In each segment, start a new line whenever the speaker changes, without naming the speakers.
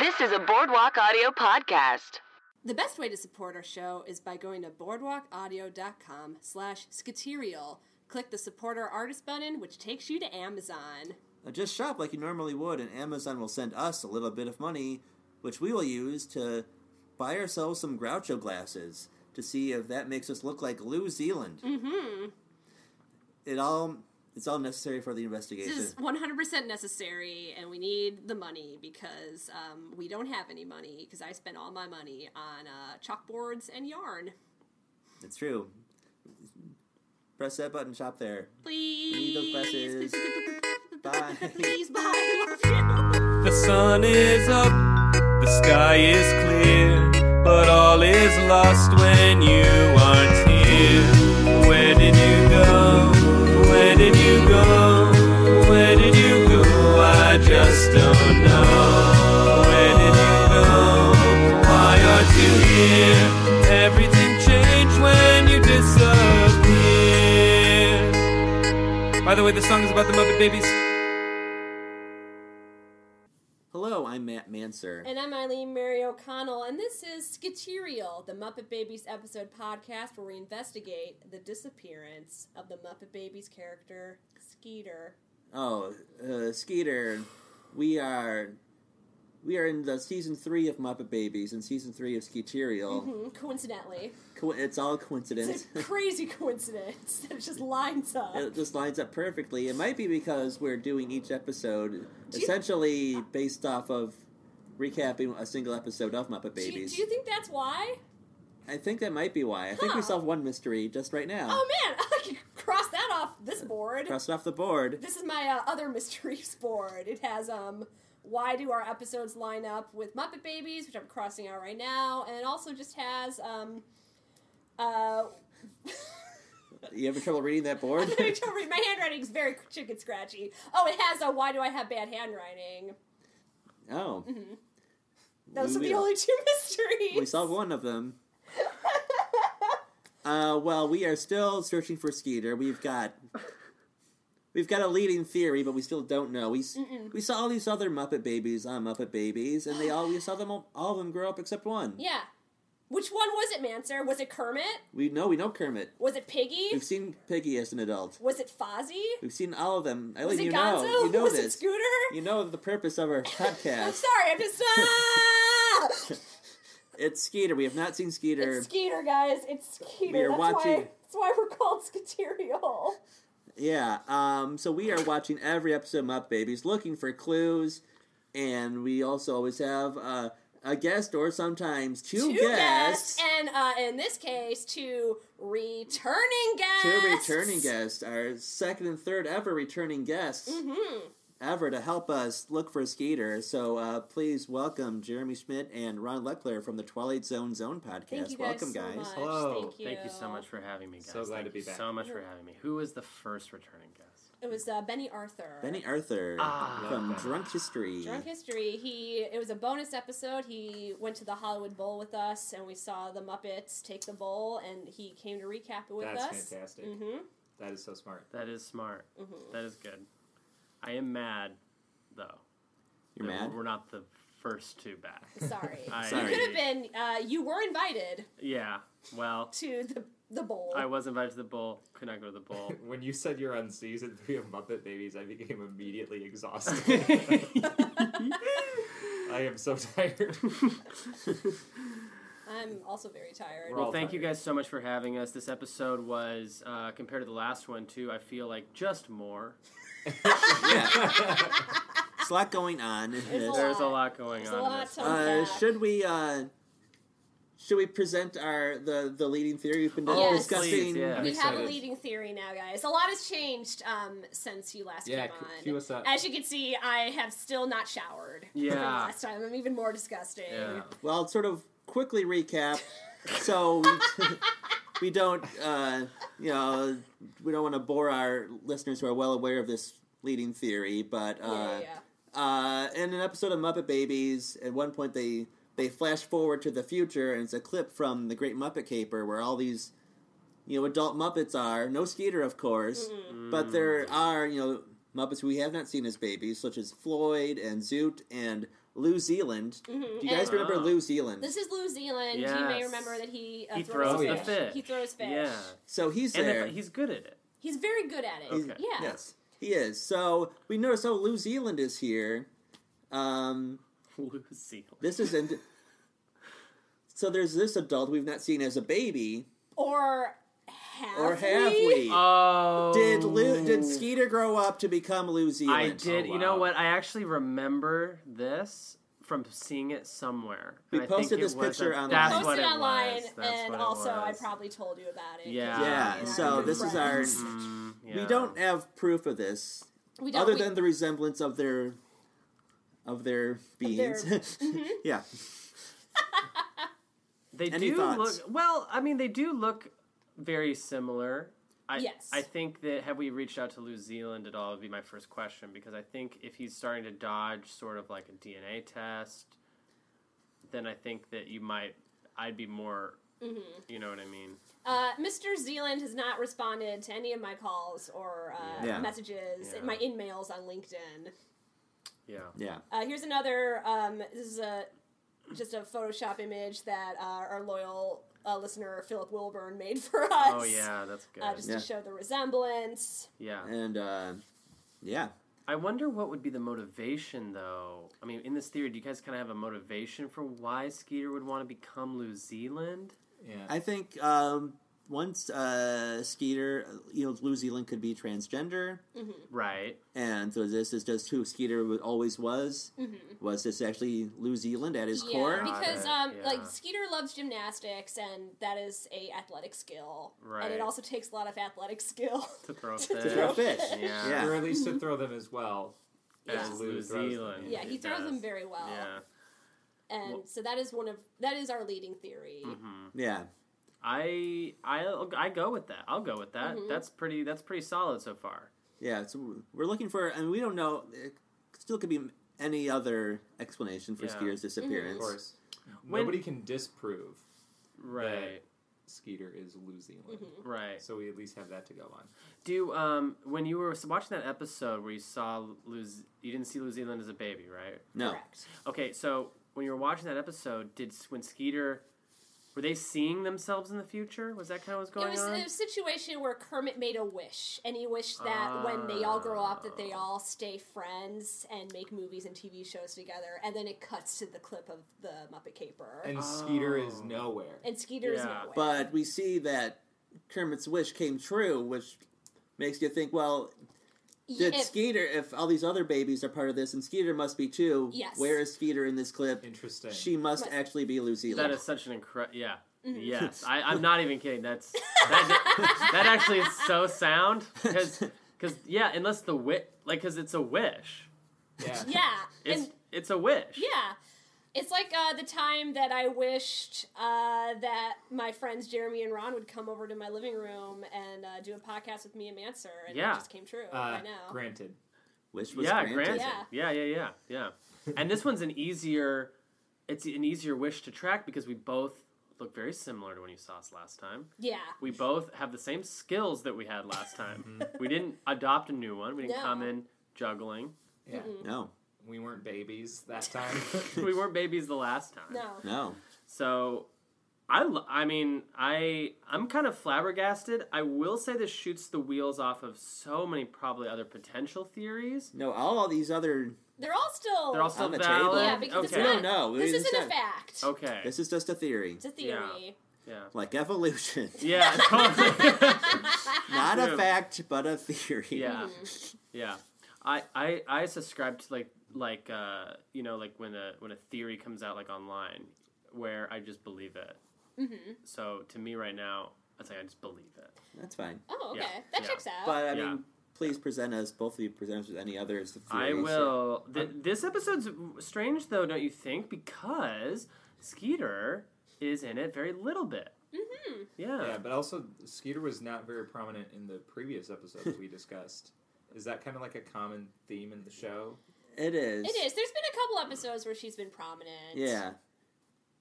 This is a Boardwalk Audio podcast.
The best way to support our show is by going to boardwalkaudio.com slash skaterial. Click the Support Our Artist button, which takes you to Amazon.
Uh, Just shop like you normally would, and Amazon will send us a little bit of money, which we will use to buy ourselves some Groucho glasses to see if that makes us look like Lou Zealand. Mm-hmm. It all it's all necessary for the investigation.
This is 100% necessary, and we need the money because um, we don't have any money because I spent all my money on uh, chalkboards and yarn.
It's true. Press that button, shop there.
Please.
those glasses. Bye.
Please, bye. I love you.
The sun is up, the sky is clear, but all is lost when you aren't here. Where did you go? Where did you go? Where did you go? I just don't know. Where did you go? Why aren't you here? Everything changed when you disappeared. By the way, the song is about the Muppet Babies.
Hello, I'm Matt Manser.
And I'm Eileen Mary O'Connell, and this is Skaterial, the Muppet Babies episode podcast where we investigate the disappearance of the Muppet Babies character Skeeter.
Oh, uh, Skeeter, we are we are in the season three of Muppet Babies and season three of Skeeterial.
Hmm, Coincidentally,
Co- it's all coincidence.
it's a crazy coincidence that it just lines up.
it just lines up perfectly. It might be because we're doing each episode essentially based off of recapping a single episode of Muppet
Do you,
Babies.
do you think that's why?
I think that might be why. I think
Huh.
we solved one mystery just right now.
Oh man, I can cross that off this board.
Crossed off the board.
This is my uh, other mysteries board. It has um why do our episodes line up with Muppet Babies, which I'm crossing out right now, and it also just has um uh
You having trouble reading that board?
I don't read my handwriting is very chicken scratchy. Oh, it has a why do I have bad handwriting?
oh.
Mm-hmm. Those are
We-
the only two mysteries.
We solved one of them. uh, well, we are still searching for Skeeter. We've got we've got a leading theory, but we still don't know. We s we saw all these other Muppet babies on Muppet Babies, and they all we saw them all, all of them grow up except one.
Yeah. Which one was it, Manser? Was it Kermit?
We know we know Kermit.
Was it Piggy?
We've seen Piggy as an adult.
Was it Fozzie?
We've seen all of them. I
Was
you
it
know
Gonzo?
you know
was it
this.
Scooter?
You know the purpose of our
I'm
podcast.
sorry, I'm just ah!
it's Skeeter. We have not seen Skeeter.
It's Skeeter, guys. It's Skeeter.
We are
that's Why,
watching-
that's why we're called Skaterial.
Yeah. Um, so we are watching every episode of Muppet Babies, looking for clues, and we also always have uh, a guest or sometimes two,
Two
guests.
guests, and uh, in this case, two returning guests.
Two returning guests, our second and third ever returning guests
Mm-hmm.
ever to help us look for Skeeter. So uh, please welcome Jeremy Schmidt and Ron Leckler from the Twilight Zone Zone podcast.
Thank you guys
welcome,
so
guys.
much.
Hello.
Thank you.
Thank you so much for having me, guys.
So glad
Thank
to be
you
back.
So much for having me. Who was the first returning guest?
It was uh, Benny Arthur.
Benny Arthur
Ah.
from
Love that.
Drunk History.
Drunk History. He it was a bonus episode. He went to the Hollywood Bowl with us, and we saw the Muppets take the bowl, and he came to recap it with
That's
us.
fantastic.
Mm-hmm.
That is so smart.
That is smart. That is good. I am mad, though.
You're
that
mad?
We're not the first two back.
Sorry.
I-
You could have been. Uh, you were invited
Yeah. Well,
to the the bowl.
I was invited to the bowl. Could not go to the bowl.
When you said you're on season three of Muppet Babies, I became immediately exhausted. I am so tired.
I'm also very tired.
We're all
Well, thank you
tired.
guys so much for having us. This episode was, uh, compared to the last one, too, I feel like just more.
There's a lot going on. in
a
this.
lot.
There's a lot going
There's
on.
a
in
lot
this.
to
Uh,
unpack.
should we uh, should we present our the the leading theory we've been
Yes.
discussing?
Please,
we
yeah.
I'm
have a
excited.
leading theory now, guys. A lot has changed um, since you last
Yeah,
came
cu-
on.
cue us up.
As you can see, I have still not showered. From
Yeah.
last time, I'm even more disgusting.
Yeah.
Well, I'll sort of quickly recap. so we, we don't uh, you know we don't want to bore our listeners who are well aware of this leading theory, but
yeah,
uh,
yeah.
uh, in an episode of Muppet Babies, at one point they they flash forward to the future, and it's a clip from the Great Muppet Caper where all these you know adult Muppets are no Skeeter, of course,
Mm-hmm.
but there are you know Muppets who we have not seen as babies, such as Floyd and Zoot and Lou Zealand. Do you guys
Mm-hmm. And-
remember
Ah.
Lou Zealand?
This is New Zealand. You may
Yes.
remember that he, uh,
He
throws,
throws
the
fish.
fish.
He throws fish.
Yeah.
so he's
And
there.
if- he's good at it.
He's very good at it.
Okay.
Yeah.
Yes, he is. So we notice, oh, Lou Zealand is here. Um,
Lucy.
this is in. so there's this adult we've not seen as a baby,
Or have
or have
we?
we?
Oh.
did Lou, did Skeeter grow up to become Lou Zealand?
I did.
Oh,
You know
wow.
what? I actually remember this from seeing it somewhere.
We
And I think
posted
it
this
was
picture
a,
online.
That's
Posted
what it
online,
was. That's
and
what it
also I
was.
probably told you about it.
Yeah.
Yeah.
Yeah,
so
we're
this is our.
friends.
Mm,
We
yeah.
don't have proof of this,
We don't,
other
we-
than the resemblance of their, of their beings.
Mm-hmm.
yeah.
They
Any
do
thoughts?
look well. I mean, they do look very similar. I,
Yes.
I think that have we reached out to New Zealand at all would be my first question because I think if he's starting to dodge sort of like a DNA test, then I think that you might. I'd be more.
Mm-hmm.
You know what I mean?
Uh, Mr. Zealand has not responded to any of my calls or uh,
Yeah.
messages,
Yeah.
my in-mails on LinkedIn.
Yeah.
Yeah.
Uh, here's another. Um, this is a just a Photoshop image that uh, our loyal uh, listener Philip Wilburn made for us.
Oh yeah, that's good.
Uh, just
Yeah.
to show the resemblance.
yeah.
And uh, yeah.
I wonder what would be the motivation, though. I mean, in this theory, do you guys kind of have a motivation for why Skeeter would want to become New Zealand?
Yeah.
I think um, once uh, Skeeter, you know, Lou Zealand could be transgender,
Mm-hmm.
Right.
and so this is just who Skeeter wa- always was. Was this actually Lou Zealand at his
Mm-hmm. yeah,
core?
Got
because
it,
um,
yeah.
like Skeeter loves gymnastics, and that is a athletic skill. And
Right.
it also takes a lot of athletic skill.
To throw
To
fish.
To throw fish.
Yeah.
Yeah.
Or at least
Mm-hmm.
to throw them as well.
Yeah.
As
New
Lou throws them.
Zealand.
yeah, he
He
throws
does.
them very well.
Yeah.
And
Well-
so that is one of that is our leading theory.
Mhm.
Yeah,
I I I go with that. I'll go with that.
Mm-hmm.
That's pretty. That's pretty solid so far.
yeah. So we're looking for, and we don't know. It still could be any other explanation for
Yeah.
Skeeter's
Mm-hmm.
disappearance.
Of course.
When-
Nobody can disprove
Right.
Skeeter is Lou
Mm-hmm.
Zealand.
Right.
So we at least have that to go on.
Do um when you were watching that episode where you saw Luz, you didn't see New Zealand as a baby, right?
No,
Correct.
Okay, so when you were watching that episode, did when Skeeter were they seeing themselves in the future? Was that kind of what's going
It was
on?
a situation where Kermit made a wish, and he wished that when they all grow up, that they all stay friends and make movies and TV shows together. And then it cuts to the clip of the Muppet Caper, and,
And Skeeter is
Oh.
nowhere.
Skeeter's
Yeah.
nowhere.
but we see that Kermit's wish came true, which makes you think. Well,
Y-
did
if-
Skeeter? If all these other babies are part of this, and Skeeter must be too.
Yes.
Where is Skeeter in this clip?
Interesting.
She must
Right.
actually be Lou Zealand.
that is such an incredible. Yeah.
Mm-hmm.
Yes, I, I'm not even kidding. That's that, that actually is so sound because yeah, unless the wit like because it's a wish.
yeah.
yeah,
It's
and
it's a wish.
yeah. It's like uh, the time that I wished uh, that my friends Jeremy and Ron would come over to my living room and uh, do a podcast with me and Mansur, and
Yeah.
it just came true.
Uh,
I know.
granted.
Wish was
yeah,
granted.
Yeah. yeah, yeah, yeah, yeah. And this one's an easier, it's an easier wish to track because we both look very similar to when you saw us last time.
Yeah.
We both have the same skills that we had last time.
Mm-hmm.
we didn't adopt a new one. We didn't
No.
come in juggling.
Yeah.
Mm-hmm.
No,
We weren't babies that time.
We weren't babies the last time.
No.
no.
So, I, lo- I mean, I, I'm kind of flabbergasted. I will say this shoots the wheels off of so many probably other potential theories.
No, all, all these other.
They're all still.
They're all still
On the
valid.
table.
Yeah, because
okay.
it's
We
not-
don't know. We
This
just
isn't a
said-
fact.
Okay.
This is just a theory.
It's a theory.
yeah.
Like evolution.
Yeah, totally.
Not a
True.
fact, but a theory.
yeah, yeah. I, I I subscribe to like like uh you know like when a when a theory comes out like online where I just believe it. Mm-hmm. So to me right now, I'd say I just believe it.
That's fine.
Oh, okay.
Yeah,
That
yeah.
checks out.
But, I mean,
Yeah.
please present us, both of you present us with any others. Theories.
I will. Th- this episode's strange though, don't you think? Because Skeeter is in it very little bit. Mm-hmm.
yeah,
Yeah.
but also Skeeter was not very prominent in the previous episodes we discussed. Is that kind of like a common theme in the show?
It is.
it is. There's been a couple episodes where she's been prominent.
Yeah.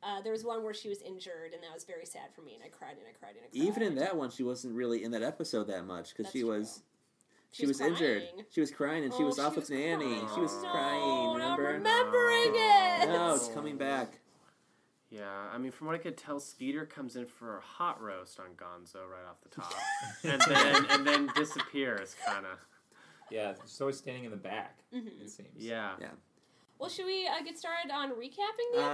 Uh, there was one where she was injured, and that was very sad for me, and I cried and I cried and I cried.
Even in that one, she wasn't really in that episode that much because
That's
she was. She, was, injured.
crying.
She was crying and she
Oh,
was off
she
with
was
Nanny.
crying. Oh,
She was
No,
crying,
I'm
remember?
remembering it.
No, it's coming back.
Yeah, I mean, from what I could tell, Skeeter comes in for a hot roast on Gonzo right off the top, and then and then disappears, kind of.
Yeah, she's always standing in the back. It seems.
Yeah.
Yeah.
Well, should we uh, get started on recapping the
Uh,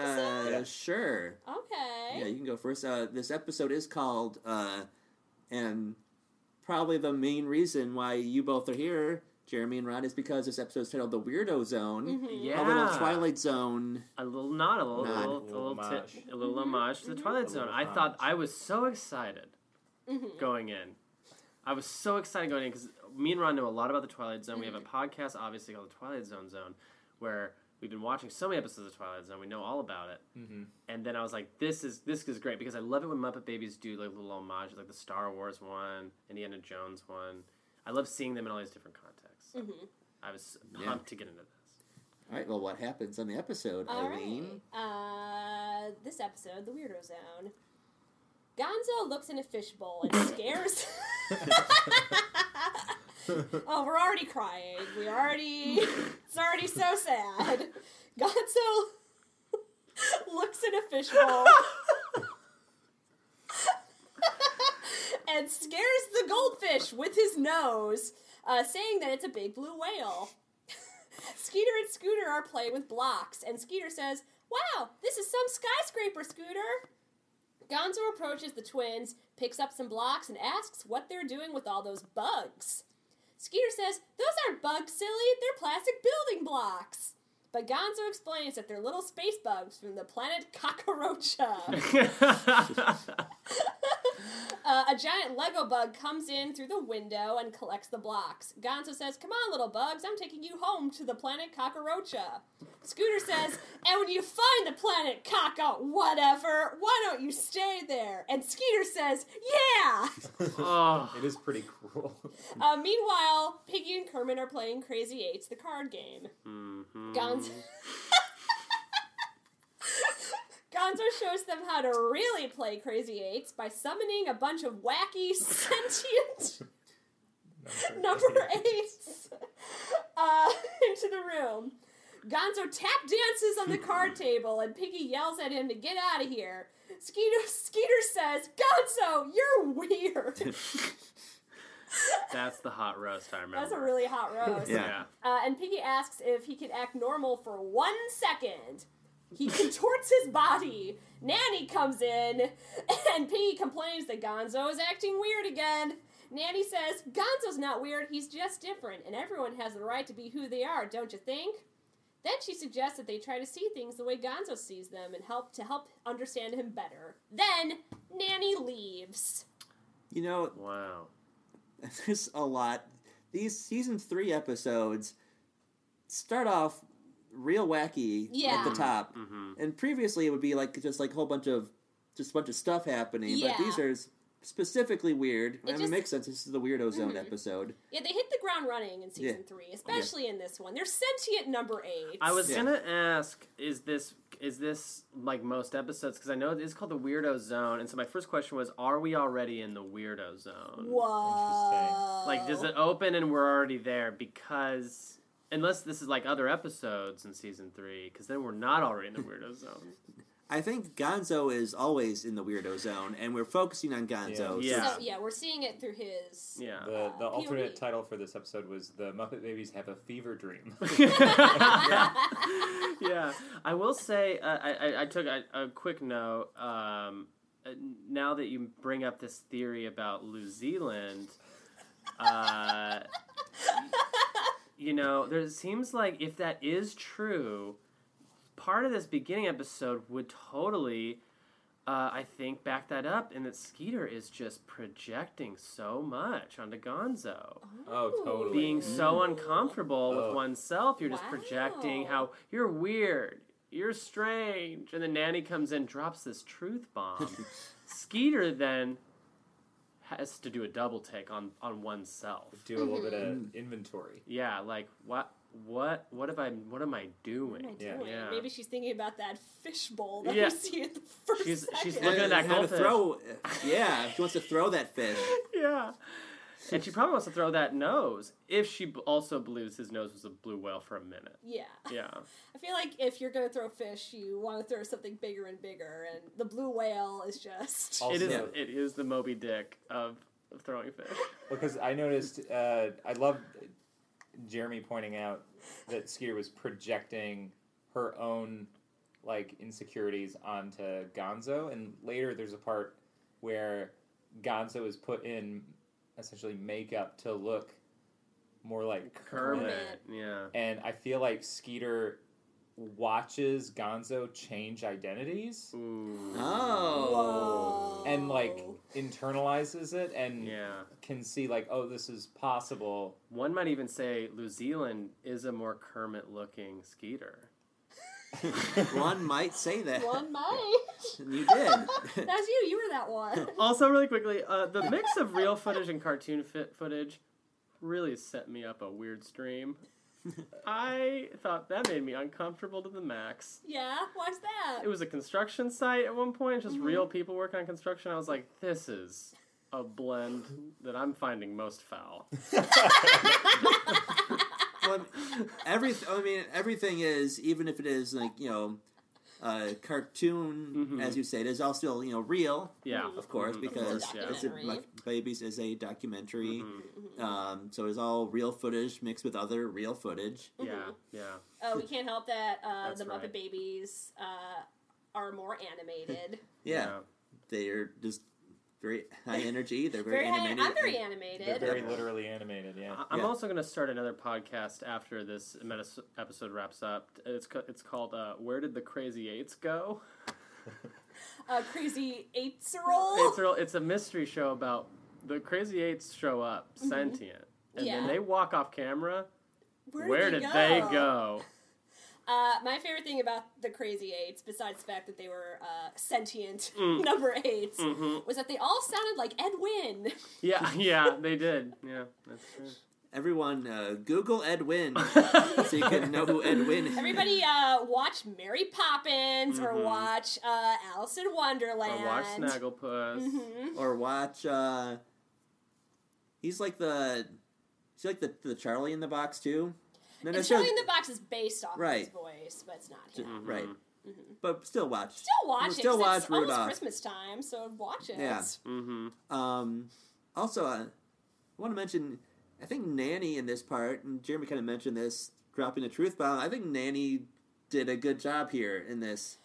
episode?
Sure.
okay.
Uh, Yeah, you can go first. Uh, this episode is called, uh, and probably the main reason why you both are here, Jeremy and Ron, is because this episode is titled The Weirdo Zone.
Mm-hmm.
Yeah.
A little Twilight Zone.
A little nod, a little,
Nod.
a little, a
Little
little,
homage.
tip, a little homage to the Twilight
A
Zone.
little
I thought
homage.
I was so excited
Mm-hmm.
going in. I was so excited going in because me and Ron know a lot about the Twilight Zone. We have a
Mm-hmm.
podcast, obviously, called the Twilight Zone Zone, where we've been watching so many episodes of Twilight Zone. We know all about it.
Mm-hmm.
and then I was like, "This is this is great" because I love it when Muppet Babies do like little homages, like the Star Wars one, Indiana Jones one. I love seeing them in all these different contexts.
Mm-hmm.
I was
Yeah.
pumped to get into this.
All right, well, what happens on the episode,
All
Eileen?
right. Uh, this episode, the Weirdo Zone. Gonzo looks in a fishbowl and scares. oh, we're already crying. We already. It's already so sad. Gonzo looks in a fishbowl. and scares the goldfish with his nose, uh, saying that it's a big blue whale. Skeeter and Scooter are playing with blocks, and Skeeter says, Wow, this is some skyscraper, Scooter! Gonzo approaches the twins, picks up some blocks, and asks what they're doing with all those bugs. Skeeter says, Those aren't bugs, silly, they're plastic building blocks! But Gonzo explains that they're little space bugs from the planet Kakarocha. Uh, a giant Lego bug comes in through the window and collects the blocks. Gonzo says, Come on, little bugs, I'm taking you home to the planet Kakarocha. Scooter says, And when you find the planet Kaka, whatever, why don't you stay there? And Skeeter says, Yeah!
oh,
It is pretty cruel.
Uh, meanwhile, Piggy and Kermit are playing Crazy Eights, the card game.
mhm.
Gonzo. Gonzo shows them how to really play Crazy Eights by summoning a bunch of wacky, sentient number eight uh, into the room. Gonzo tap dances on the card table, and Piggy yells at him to get out of here. Skeeter, Skeeter says, "Gonzo, you're weird."
that's the hot roast I remember.
That's a really hot roast.
Yeah.
yeah.
Uh, and Piggy asks if he can act normal for one second. He contorts his body. Nanny comes in, and Piggy complains that Gonzo is acting weird again. Nanny says, Gonzo's not weird, he's just different, and everyone has the right to be who they are, don't you think? Then she suggests that they try to see things the way Gonzo sees them and help to help understand him better. Then Nanny leaves.
You know,
Wow.
there's a lot. These season three episodes start off real wacky
Yeah.
at the top,
Mhm.
and previously it would be like just like a whole bunch of just a bunch of stuff happening.
Yeah.
But these are s- specifically weird. I mean,
just- Mm-hmm.
it makes sense. This is the weirdo zone episode.
Yeah, they hit the ground running in season
Yeah.
three, especially in this one. They're sentient number eight.
I was
Yeah.
gonna ask, is this is this like most episodes? Because I know it's called the weirdo zone, and so my first question was, are we already in the weirdo zone?
Whoa.
Like, does it open and we're already there? Because unless this is like other episodes in season three, because then we're not already in the weirdo zone.
I think Gonzo is always in the weirdo zone, and we're focusing on Gonzo.
Yeah.
So, yeah, we're seeing it through his.
Yeah.
The the
Uh,
alternate
POV.
title for this episode was "The Muppet Babies Have a Fever Dream."
yeah. I will say uh, I, I, I took a, a quick note. Um, uh, now that you bring up this theory about New Zealand, uh, you know, there seems like if that is true, part of this beginning episode would totally. Uh, I think back that up, and that Skeeter is just projecting so much onto Gonzo
oh, totally.
being so
Mm.
uncomfortable with
Oh.
oneself. You're just projecting
Wow.
how you're weird, you're strange, and the nanny comes in, drops this truth bomb. Skeeter then has to do a double take on on oneself.
do a little bit of inventory.
Yeah, like what what what have I what am I
What
doing?
am I
Yeah.
doing?
Yeah.
Maybe she's thinking about that fishbowl that
Yeah.
we see at the first.
She's- she's
second.
looking at that
how to
goldfish.
throw. Yeah, she wants to throw that fish.
Yeah. and she probably wants to throw that nose if she b- also believes his nose was a blue whale for a minute.
Yeah.
Yeah,
I feel like if you're going to throw fish, you want to throw something bigger and bigger, and the blue whale is just.
Also,
it is.
Yeah.
It is the Moby Dick of, of throwing fish.
because I noticed, uh, I love Jeremy pointing out that Skeeter was projecting her own like insecurities onto Gonzo, and later there's a part where Gonzo is put in essentially makeup to look more like Kermit.
Kermit. Yeah.
and I feel like Skeeter watches Gonzo change identities
Ooh.
Oh.
Whoa.
and like internalizes it and
Yeah.
can see like oh this is possible.
One might even say New Zealand is a more Kermit looking Skeeter.
One might say that.
One might.
You did.
That's you. You were that one.
Also, really quickly, uh, the mix of real footage and cartoon fit footage really set me up a weird stream. I thought that made me uncomfortable to the max.
Yeah. Why's that?
It was a construction site at one point, just real people working on construction. I was like, this is a blend that I'm finding most foul.
well, every, I mean, everything is, even if it is like, you know, uh, cartoon,
Mhm.
as you say, it is all still, you know, real,
Yeah.
Mm-hmm. of course,
Mhm.
because
It's a
it's a,
documentary.
Muck Babies is a documentary.
Mhm.
Um, so it's all real footage mixed with other real footage.
Yeah, yeah.
Oh, we can't help that uh,
That's
the Muppet
right.
Babies uh, are more animated.
Yeah, they're just very high energy. They're very,
very high,
animated.
I'm very
They're
animated.
very literally animated, yeah.
I- I'm
Yeah.
also going to start another podcast after this metis- episode wraps up. It's ca- it's called uh, "Where Did the Crazy Eights Go?"
uh, crazy eights
It's
roll.
a, it's a mystery show about the Crazy Eights show up sentient, and
Yeah.
then they walk off camera. Where, did they go?
Uh, my favorite thing about the Crazy Eights, besides the fact that they were uh, sentient
Mm.
number 8s
Mm-hmm.
hmm
was that they all sounded like Ed Wynn.
Yeah, yeah, they did. Yeah, that's true.
Everyone, uh, Google Ed Wynn so you can know who Ed Wynn is.
Everybody uh, watch Mary Poppins or
Mhm.
watch uh, Alice in Wonderland.
Or watch Snagglepuss.
Mhm.
Or watch. Uh, he's like the. He's like the, the Charlie in the Box too. Not
And Charlie in the Box is based off his
Right.
voice, but it's not him.
Mhm.
right, but still watch.
Mm-hmm. Still watch
We'll
it.
still
'cause
watch
it's almost
Rudolph.
Christmas time, so watch it.
Yeah.
Mhm.
Um, also, uh, I want to mention. I think Nanny in this part, and Jeremy kind of mentioned this, dropping a truth bomb. I think Nanny did a good job here in this.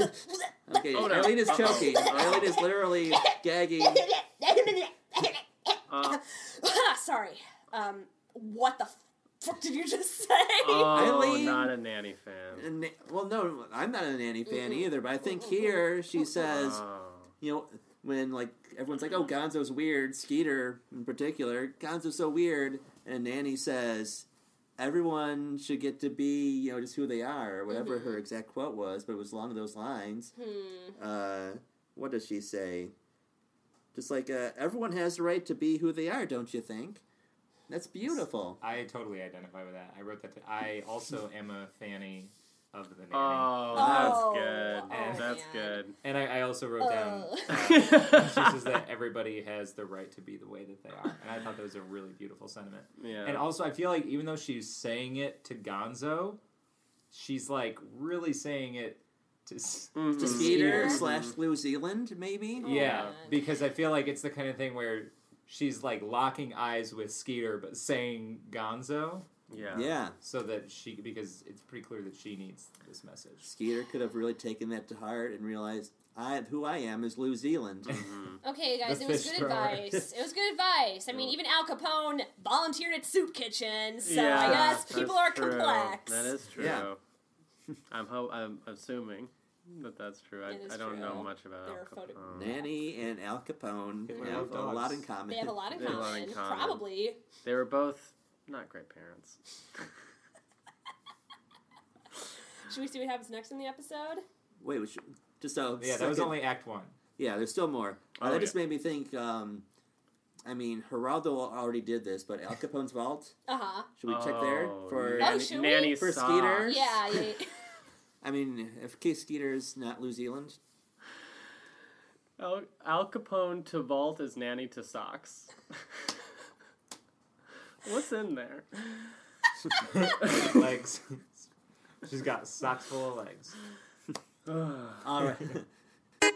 Okay,
Oh, no.
Eileen is
Uh-oh.
choking. Eileen is literally gagging.
Uh,
Sorry. Um, what the fuck did you just say?
oh,
Eileen.
not a nanny fan.
And, well, no, I'm not a nanny fan
Mhm.
either, but I think here she says,
Oh.
you know, when like everyone's like, "Oh, Gonzo's weird," Skeeter in particular, Gonzo's so weird, and Nanny says, "Everyone should get to be, you know, just who they are," or whatever her exact quote was, but it was along those lines.
Hmm.
Uh, what does she say? Just like uh, everyone has the right to be who they are, don't you think? That's beautiful.
I totally identify with that. I wrote that. To, I also am a fanny of the nanny,
Oh,
Oh,
that's good.
oh,
that's
man.
good.
and I, I also wrote down.
Oh.
She says that everybody has the right to be the way that they are, and I thought that was a really beautiful sentiment.
yeah.
And also, I feel like even though she's saying it to Gonzo, she's like really saying it to. s-
Mhm.
To Skeeter
Skeeter.
slash New Zealand, maybe.
Yeah,
man.
because I feel like it's the kind of thing where she's like locking eyes with Skeeter, but saying Gonzo,
Yeah.
Yeah.
so that she because it's pretty clear that she needs this message.
Skeeter could have really taken that to heart and realized I who I am is New Zealand.
Mm-hmm.
Okay, guys,
The
it was
fish
good
thrower.
advice. It was good advice. I mean, even Al Capone volunteered at soup kitchens, so I
Yeah,
guess
that's
people are
true.
complex.
That is true.
Yeah.
I'm ho- I'm assuming that that's true. I,
It is
I don't
true.
know much about
There
Al
are photo-
Capone.
Nanny and Al Capone
They
have
love
a lot
dogs.
in common.
They have a lot in
They have a
common,
lot in common.
probably.
They were both not great parents.
Should we see what happens next in the episode?
Wait, we should, just so
Yeah, that was only Act One.
yeah. There's still more.
Oh,
that
yeah.
just made me think. Um, I mean, Geraldo already did this, but Al Capone's vault.
Uh huh.
Should we check there
Oh,
for?
yeah.
nanny,
Oh, should we?
nanny
For
socks.
Skeeter?
Yeah. yeah.
I mean, if Case Skeeter's not New Zealand,
Al, Al Capone to vault is nanny to socks. What's in there?
legs. She's got socks full of legs.
All right.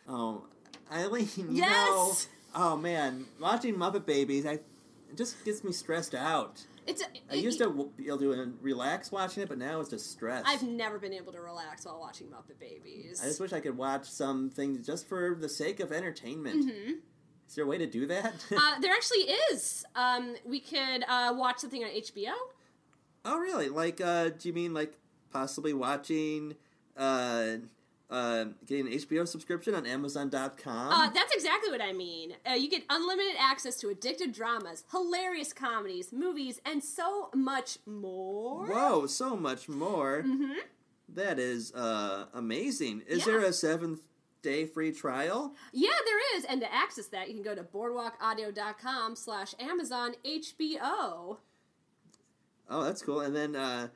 oh, Eileen, you know,
Yes!
oh man, watching Muppet Babies, I it just gets me stressed out.
It's.
I used to w- be able to uh, relax watching it, but now it's just stress.
I've never been able to relax while watching Muppet Babies.
I just wish I could watch some things just for the sake of entertainment. Is there a way to do that?
Mm-hmm. uh, there actually is. Um, we could uh, watch something on HBO.
oh, really? Like, uh, do you mean like possibly watching, uh, uh, getting an HBO subscription on Amazon.com?
Uh, that's exactly what I mean. Uh, you get unlimited access to addictive dramas, hilarious comedies, movies, and so much more.
Whoa, so much more. That is uh, amazing. Is
Mm-hmm. Yeah.
there a seventh day free trial?
Yeah, there is. And to access that, you can go to boardwalkaudio.com slash Amazon HBO.
Oh, that's cool. And then, uh,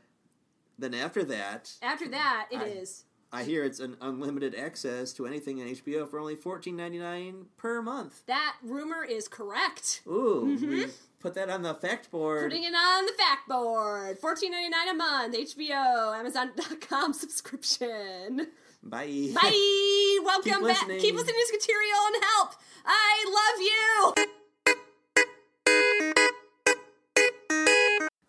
then after that,
After that, it is.
I- I hear it's an unlimited access to anything on HBO for only fourteen ninety nine per month.
That rumor is correct.
Ooh, we put that on the fact board.
Mm-hmm. Putting it on the fact board. Fourteen ninety nine a month. HBO, Amazon.com subscription.
Bye.
Bye. Welcome
Keep
back.
listening.
Keep listening to Scaterial and help. I love you.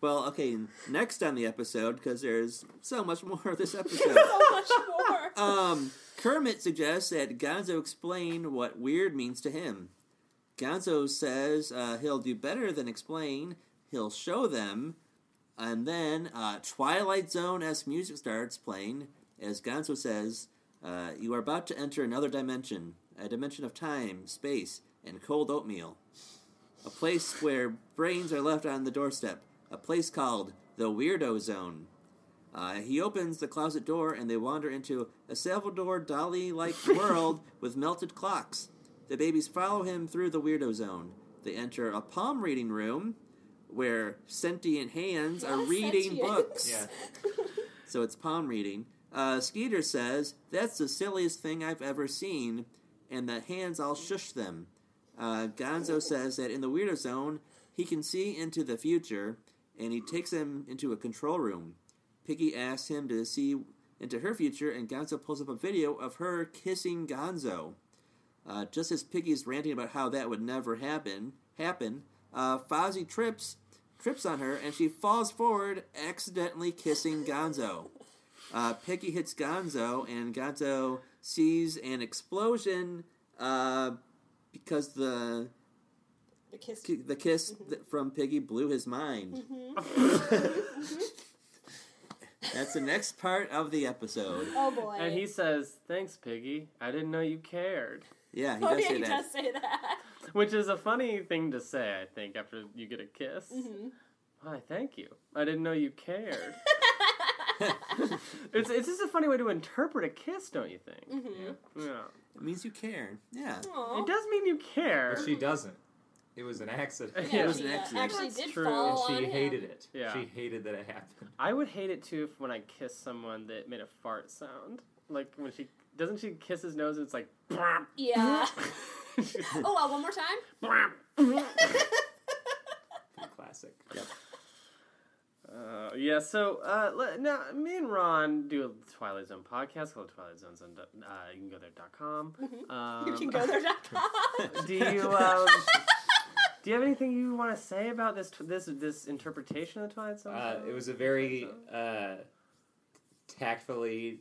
Well, okay. Next on the episode, because there's so much more of this episode.
much more.
Um, Kermit suggests that Gonzo explain what weird means to him. Gonzo says uh, he'll do better than explain, he'll show them. And then uh, Twilight Zone esque music starts playing as Gonzo says, uh, You are about to enter another dimension, a dimension of time, space, and cold oatmeal. A place where brains are left on the doorstep, a place called the Weirdo Zone. Uh, he opens the closet door and they wander into a Salvador Dali like world with melted clocks. The babies follow him through the weirdo zone. They enter a palm reading room where sentient hands are reading
sentient.
books.
Yeah.
So it's palm reading. Uh, Skeeter says, That's the silliest thing I've ever seen, and the hands all shush them. Uh, Gonzo says that in the Weirdo Zone, he can see into the future, and he takes him into a control room. Piggy asks him to see into her future, and Gonzo pulls up a video of her kissing Gonzo. Uh, just as Piggy's ranting about how that would never happen, happen, uh, Fozzie trips trips on her, and she falls forward, accidentally kissing Gonzo. Uh, Piggy hits Gonzo, and Gonzo sees an explosion uh, because the
The kiss. Mm-hmm.
ki- the kiss th- from Piggy blew his mind.
Mm-hmm.
That's the next part of the episode.
Oh boy.
And he says, "Thanks, Piggy. I didn't know you cared,"
Yeah, he
oh
does
yeah,
say
he
that.
does say that.
which is a funny thing to say. I think after you get a kiss. Why, thank you. I didn't know you cared. it's it's just a funny way to interpret a kiss, don't you think? Yeah.
It means you care. Yeah.
Aw.
It does mean you care.
But she doesn't. It was an accident.
Yeah,
It was
she
an
uh,
accident.
actually
That's
did
true.
And
fall on
she
him.
hated it.
Yeah.
She hated that it happened.
I would hate it too if when I kiss someone that made a fart sound. Like when she doesn't she kiss his nose and it's like "Bwomp."
Yeah. oh, uh, one more time.
Bwomp.
Pretty classic.
uh, yeah, so uh, let, now me and Ron do a Twilight Zone podcast called Twilight Zones on uh, you can go there dot com. Um,
you can go there.
do you um, do you have anything you want to say about this tw- this this interpretation of the Twilight Zone?
Uh, it was a very uh, tactfully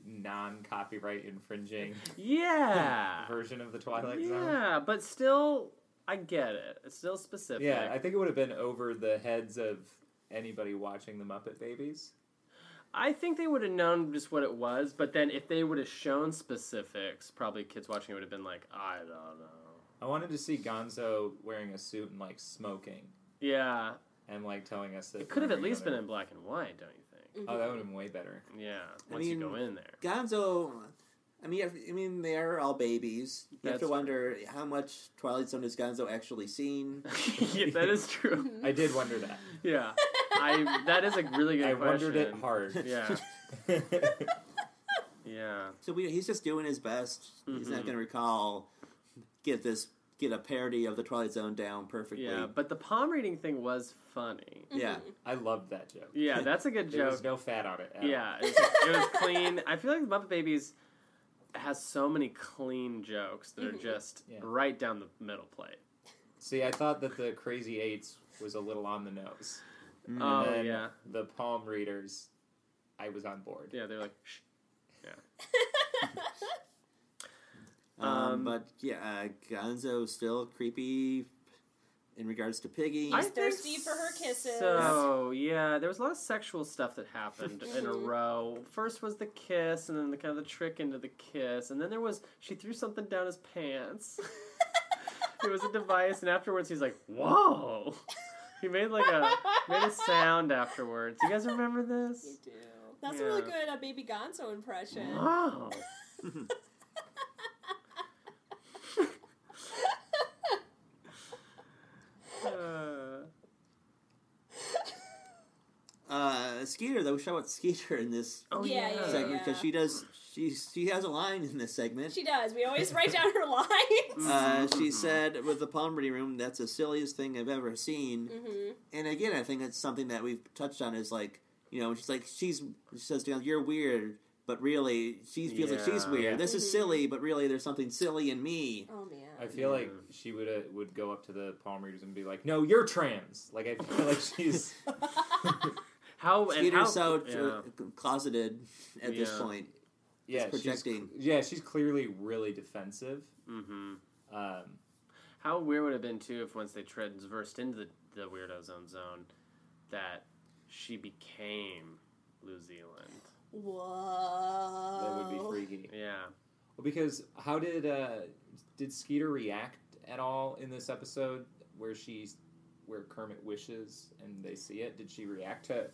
non-copyright infringing
yeah,
version of the Twilight Zone.
Ah. yeah, but still, I get it. It's still specific.
Yeah, I think it would have been over the heads of anybody watching the Muppet Babies.
I think they would have known just what it was, but then if they would have shown specifics, probably kids watching it would have been like, I don't know.
I wanted to see Gonzo wearing a suit and like smoking
Yeah,
and like telling us that
it could have at least been
a.
in black and white, don't you think?
Oh, that would have been way better.
Yeah,
Mm. I
once
mean,
you go in there.
Gonzo, I mean, I mean, they are all babies. You have
That's
to wonder how much Twilight Zone has Gonzo actually seen.
yeah, that is true.
I did wonder that.
Yeah, I that is a really good
I
question.
wondered it hard.
Yeah, Yeah.
So we, he's just doing his best. He's
Mm-hmm.
not going to recall. Get this. Get a parody of the Twilight Zone down perfectly.
Yeah. But the palm reading thing was funny.
Yeah.
Mm-hmm.
I loved that joke.
Yeah, that's a good
There
joke.
was no fat on it. at all.
Yeah, it was, it was clean. I feel like the Muppet Babies has so many clean jokes that are just
Yeah.
right down the middle plate.
See, I thought that the Crazy Eights was a little on the nose.
Oh
Mm-hmm. and then
yeah,
The palm readers, I was on board.
yeah. They're like, Shh.
Um,
Um,
but yeah, uh, Gonzo still creepy in regards to Piggy.
I-
I'm
thirsty for her kisses.
So yeah, there was a lot of sexual stuff that happened in
Mm-hmm.
a row. First was the kiss, and then the kind of the trick into the kiss, and then there was she threw something down his pants. it was a device, and afterwards he's like, "Whoa." He made like a made a sound afterwards. You guys remember this?
That's a really
Yeah.
good uh, Baby Gonzo impression.
Wow. Uh,
uh, Skeeter though, we should talk about Skeeter in this
oh
Yeah,
yeah,
yeah,
segment because
yeah.
she does. She she has a line in this segment.
She does. We always write down her lines.
uh, she said with the palm reading room, "That's the silliest thing I've ever seen."
hmm
And again, I think it's something that we've touched on is like you know she's like she's she says to him, "You're weird," but really she feels like she's
Yeah.
weird. This
Mhm.
is silly, but really there's something silly in me.
Oh
I
man.
feel like she would uh, would go up to the palm readers and be like, "No, you're trans." Like I feel like she's
How Oh, and how,
Skeeter's so
yeah.
uh, closeted at this
Yeah.
point.
yeah,
It's projecting.
She's, yeah, she's clearly really defensive.
hmm
Um,
How weird would it have been too if once they transversed into the, the weirdo zone zone, that she became New Zealand.
Whoa.
that would be freaky.
Yeah.
Well, because how did uh, did Skeeter react at all in this episode where she's where Kermit wishes and they see it? Did she react to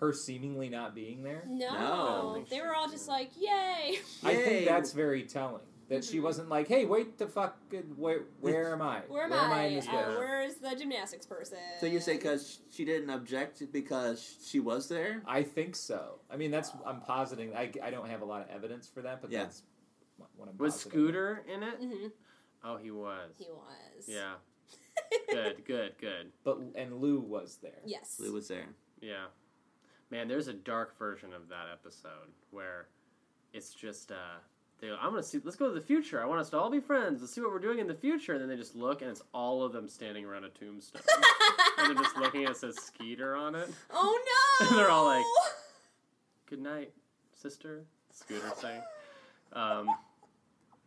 her seemingly not being there?
No,
No.
they were all just like, "Yay!"
I think
Yay.
that's very telling that she wasn't like, "Hey, wait the fuck, where, where am I?
Where am,
am I in this
Uh,
bit?"
where's the gymnastics person?
So you say because she didn't object because she was there?
I think so. I mean, that's I'm positing. I, I don't have a lot of evidence for that, but
Yeah.
that's what I'm.
Was
positing.
Scooter in it?
hmm
Oh, he was.
He was.
Yeah. Good. Good. Good.
But and Lou was there.
Yes.
Lou was there.
Yeah. Man, there's a dark version of that episode where it's just uh they go, I'm gonna see let's go to the future. I want us to all be friends. Let's see what we're doing in the future and then they just look and it's all of them standing around a tombstone. and they're just looking and it says Skeeter on it.
Oh no!
They're all like- Good night, sister. Scooter saying. Um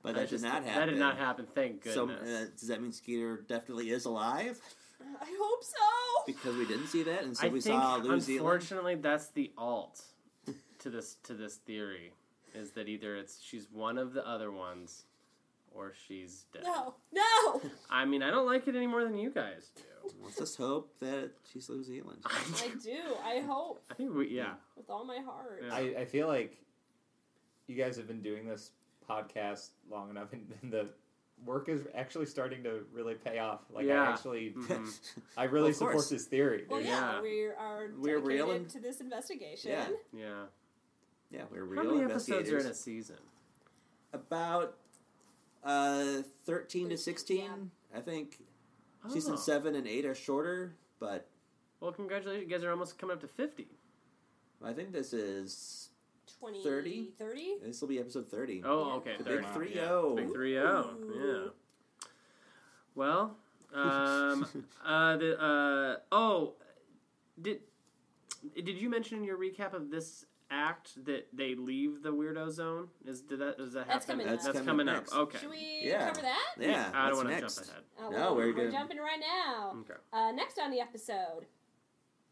But
I
that did
just-
not happen.
That did not happen, thank
So
goodness.
uh, does that mean Skeeter definitely is alive?
I hope so.
Because we didn't see that, and so
I
we
think
saw Lou Zealand.
unfortunately that's the alt to this to this theory is that either it's she's one of the other ones or she's dead.
No, no.
I mean, I don't like it any more than you guys do.
Let's just hope that she's Lou Zealand.
I do. I hope
I think we, yeah.
with all my heart.
Yeah.
I, I feel like you guys have been doing this podcast long enough, and, and the work is actually starting to really pay off. Like I
Yeah.
actually,
Mhm.
I really
Mm. Of
support
course.
this theory.
Well,
There's-
yeah,
Yeah.
we are
We're
dedicated
real and-
to this investigation.
Yeah.
Yeah.
yeah, we're
How
Hmm. real
many episodes are
investigators.
in a season?
About uh, 13 to 16, I think.
Oh.
Season 7 and 8 are shorter, but
Well, congratulations. You guys are almost coming up to 50.
I think this is...
20,
30?
30?
This will be episode 30.
Oh,
Yeah.
okay.
The
30.
big oh.
Yeah.
3-0.
Big 3 0. Yeah.
Ooh.
Well, um, uh, the, uh, oh, did, did you mention in your recap of this act that they leave the weirdo zone? Is, did that, does that
That's
happen?
coming
That's up.
That's
coming
coming up.
next.
Okay.
Should we
Yeah.
cover that?
Yeah,
oh. I
that's
don't wanna
next.
jump ahead.
Uh,
No, we're good. Mm.
jumping right now.
Okay.
Uh, next on the episode,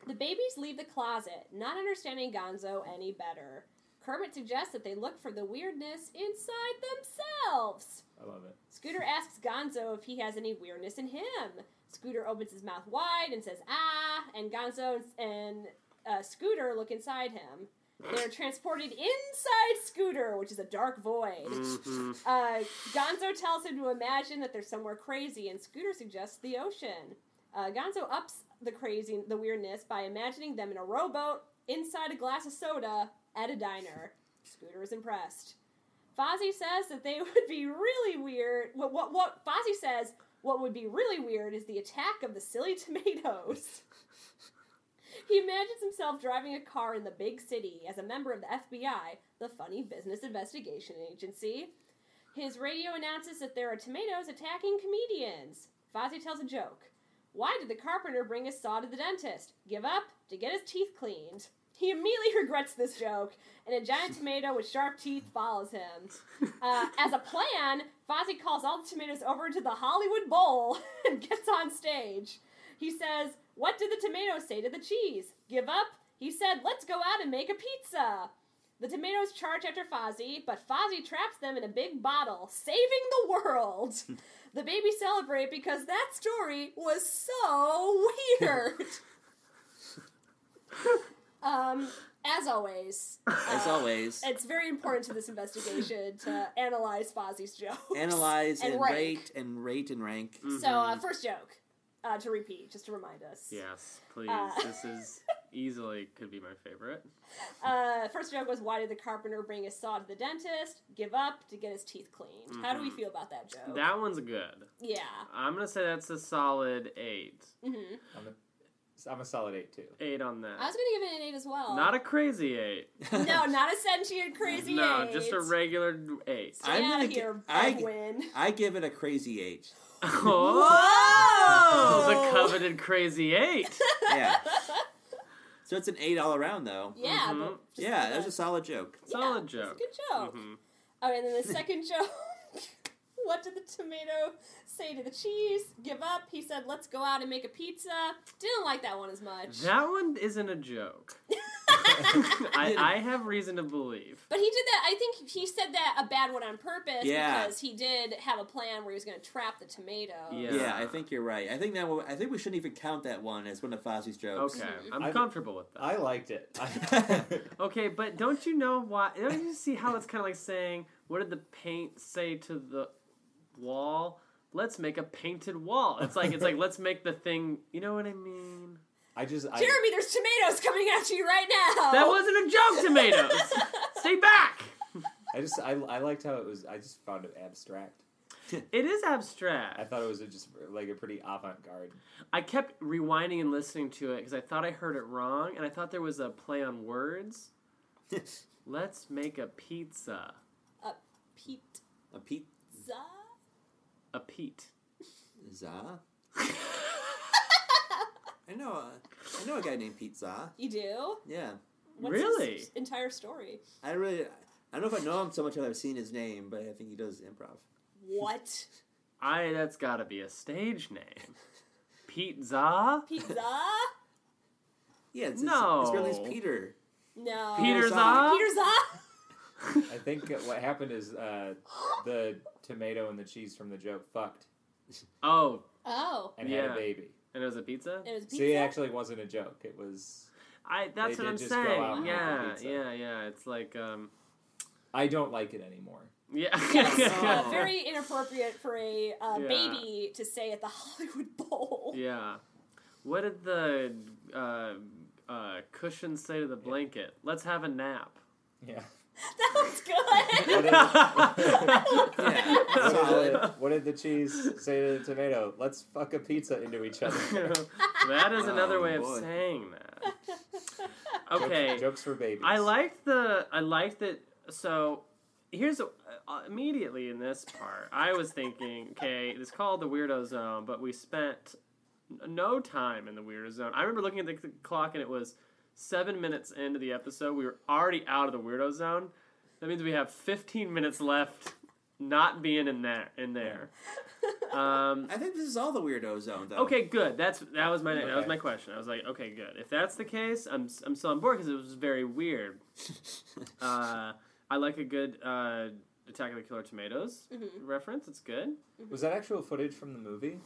the babies leave the closet, not understanding Gonzo any better. Kermit suggests that they look for the weirdness inside themselves.
I love it.
Scooter asks Gonzo if he has any weirdness in him. Scooter opens his mouth wide and says, ah, and Gonzo and uh, Scooter look inside him. They're transported inside Scooter, which is a dark void.
Mhm.
Uh, Gonzo tells him to imagine that they're somewhere crazy, and Scooter suggests the ocean. Uh, Gonzo ups the crazy, the weirdness by imagining them in a rowboat inside a glass of soda at a diner. Scooter is impressed. Fozzie says that they would be really weird. What what what? Fozzie says what would be really weird is the attack of the silly tomatoes. he imagines himself driving a car in the big city as a member of the FBI, the Funny Business Investigation Agency. His radio announces that there are tomatoes attacking comedians. Fozzie tells a joke. Why did the carpenter bring his saw to the dentist? Give up to get his teeth cleaned. He immediately regrets this joke, and a giant tomato with sharp teeth follows him. Uh, as a plan, Fozzie calls all the tomatoes over to the Hollywood Bowl and gets on stage. He says, What did the tomatoes say to the cheese? Give up? He said, Let's go out and make a pizza. The tomatoes charge after Fozzie, but Fozzie traps them in a big bottle, saving the world. the babies celebrate because that story was so weird. um, as always,
As
uh,
always,
it's very important to this investigation to analyze Fozzie's jokes.
analyze
and
and,
rank.
rate and rate and rank.
Mm-hmm.
So, uh, first joke, uh, to repeat, just to remind us.
Yes, please.
Uh.
This is easily could be my favorite.
Uh, first joke was why did the carpenter bring his saw to the dentist? Give up to get his teeth cleaned. How do we feel about that joke?
That one's good.
yeah.
I'm gonna say that's a solid eight.
hmm
I'm a, I'm a solid eight too.
Eight on that.
I was gonna give it an eight as well.
Not a crazy eight.
no, not a sentient crazy
no,
eight.
just a regular eight.
Stay
I'm
out
gonna
of here,
gi- I-
Edwin.
I give it a crazy eight.
Oh,
Whoa!
the coveted crazy eight.
Yeah. so it's an eight all around though.
Yeah,
Mhm.
but just
yeah,
like
that was a solid joke.
Solid
Yeah,
joke.
It's a good joke.
Mhm.
Oh, and then the second joke. what did the tomato say to the cheese? Give up. He said, let's go out and make a pizza. Didn't like that one as much.
That one isn't a joke. I, I have reason to believe.
but he did that. I think he said that a bad one on purpose
Yeah.
because he did have a plan where he was going to trap the tomato.
Yeah.
Yeah. I think you're right. I think that one, I think we shouldn't even count that one as one of Fozzie's jokes.
Okay, I'm
I-
comfortable with that.
I liked it. I-
Okay, but don't you know why? Don't you see how it's kind of like saying, "What did the paint say to the wall?" Let's make a painted wall. It's like it's like let's make the thing. You know what I mean?
I just I,
Jeremy, there's tomatoes coming at you right now.
That wasn't a joke, tomatoes. Stay back.
I just I, I liked how it was. I just found it abstract.
It is
I
abstract.
thought it was just like a pretty avant-garde.
I kept rewinding and listening to it because I thought I heard it wrong, and I thought there was a play on words. Let's make a pizza.
a pizza.
a pizza.
A peat.
I know. a- I know a guy named Pizza.
You do?
Yeah.
What's
Really?
His entire story.
I really. I don't know if I know him so much as I've seen his name, but I think he does improv.
What?
I. That's got to be a stage name. Pizza.
Pizza?
Yeah, it's,
No.
it's, his real name's Peter.
No.
Peter's
Zah.
up.
Peter's up?
I think what happened is uh, the tomato and the cheese from the joke fucked
Oh,
Oh.
and had
Yeah.
a baby.
and it was a pizza.
It was pizza.
See, it actually wasn't a joke. It was.
I. That's
They
what
did
I'm
just
saying.
go out and make a
Yeah,
pizza.
yeah, yeah. It's like um.
I don't like it anymore.
Yeah.
Yes, uh,
Oh.
very inappropriate for a uh,
Yeah.
baby to say at the Hollywood Bowl.
yeah. What did the uh, uh, cushion say to the blanket? Let's have a nap.
Yeah.
That was good.
What did,
Yeah,
what did
solid.
the, what did the cheese say to the tomato? Let's fuck a pizza into each other.
that is another
Oh,
way of
boy.
saying that. Okay.
Jokes, jokes for babies.
I liked the. I liked that. So here's a, uh, immediately in this part, I was thinking, okay, it's called the weirdo zone, but we spent n- no time in the weirdo zone. I remember looking at the c- clock and it was seven minutes into the episode. We were already out of the weirdo zone. That means we have 15 minutes left, not being in there. In there. Um,
I think this is all the weirdo zone, though.
Okay, good. That's that was my that was
Okay.
my question. I was like, okay, good. If that's the case, I'm s- I'm still on board because it was very weird. uh, I like a good uh, Attack of the Killer Tomatoes
Mm-hmm.
reference. It's good.
Was that actual footage from the movie?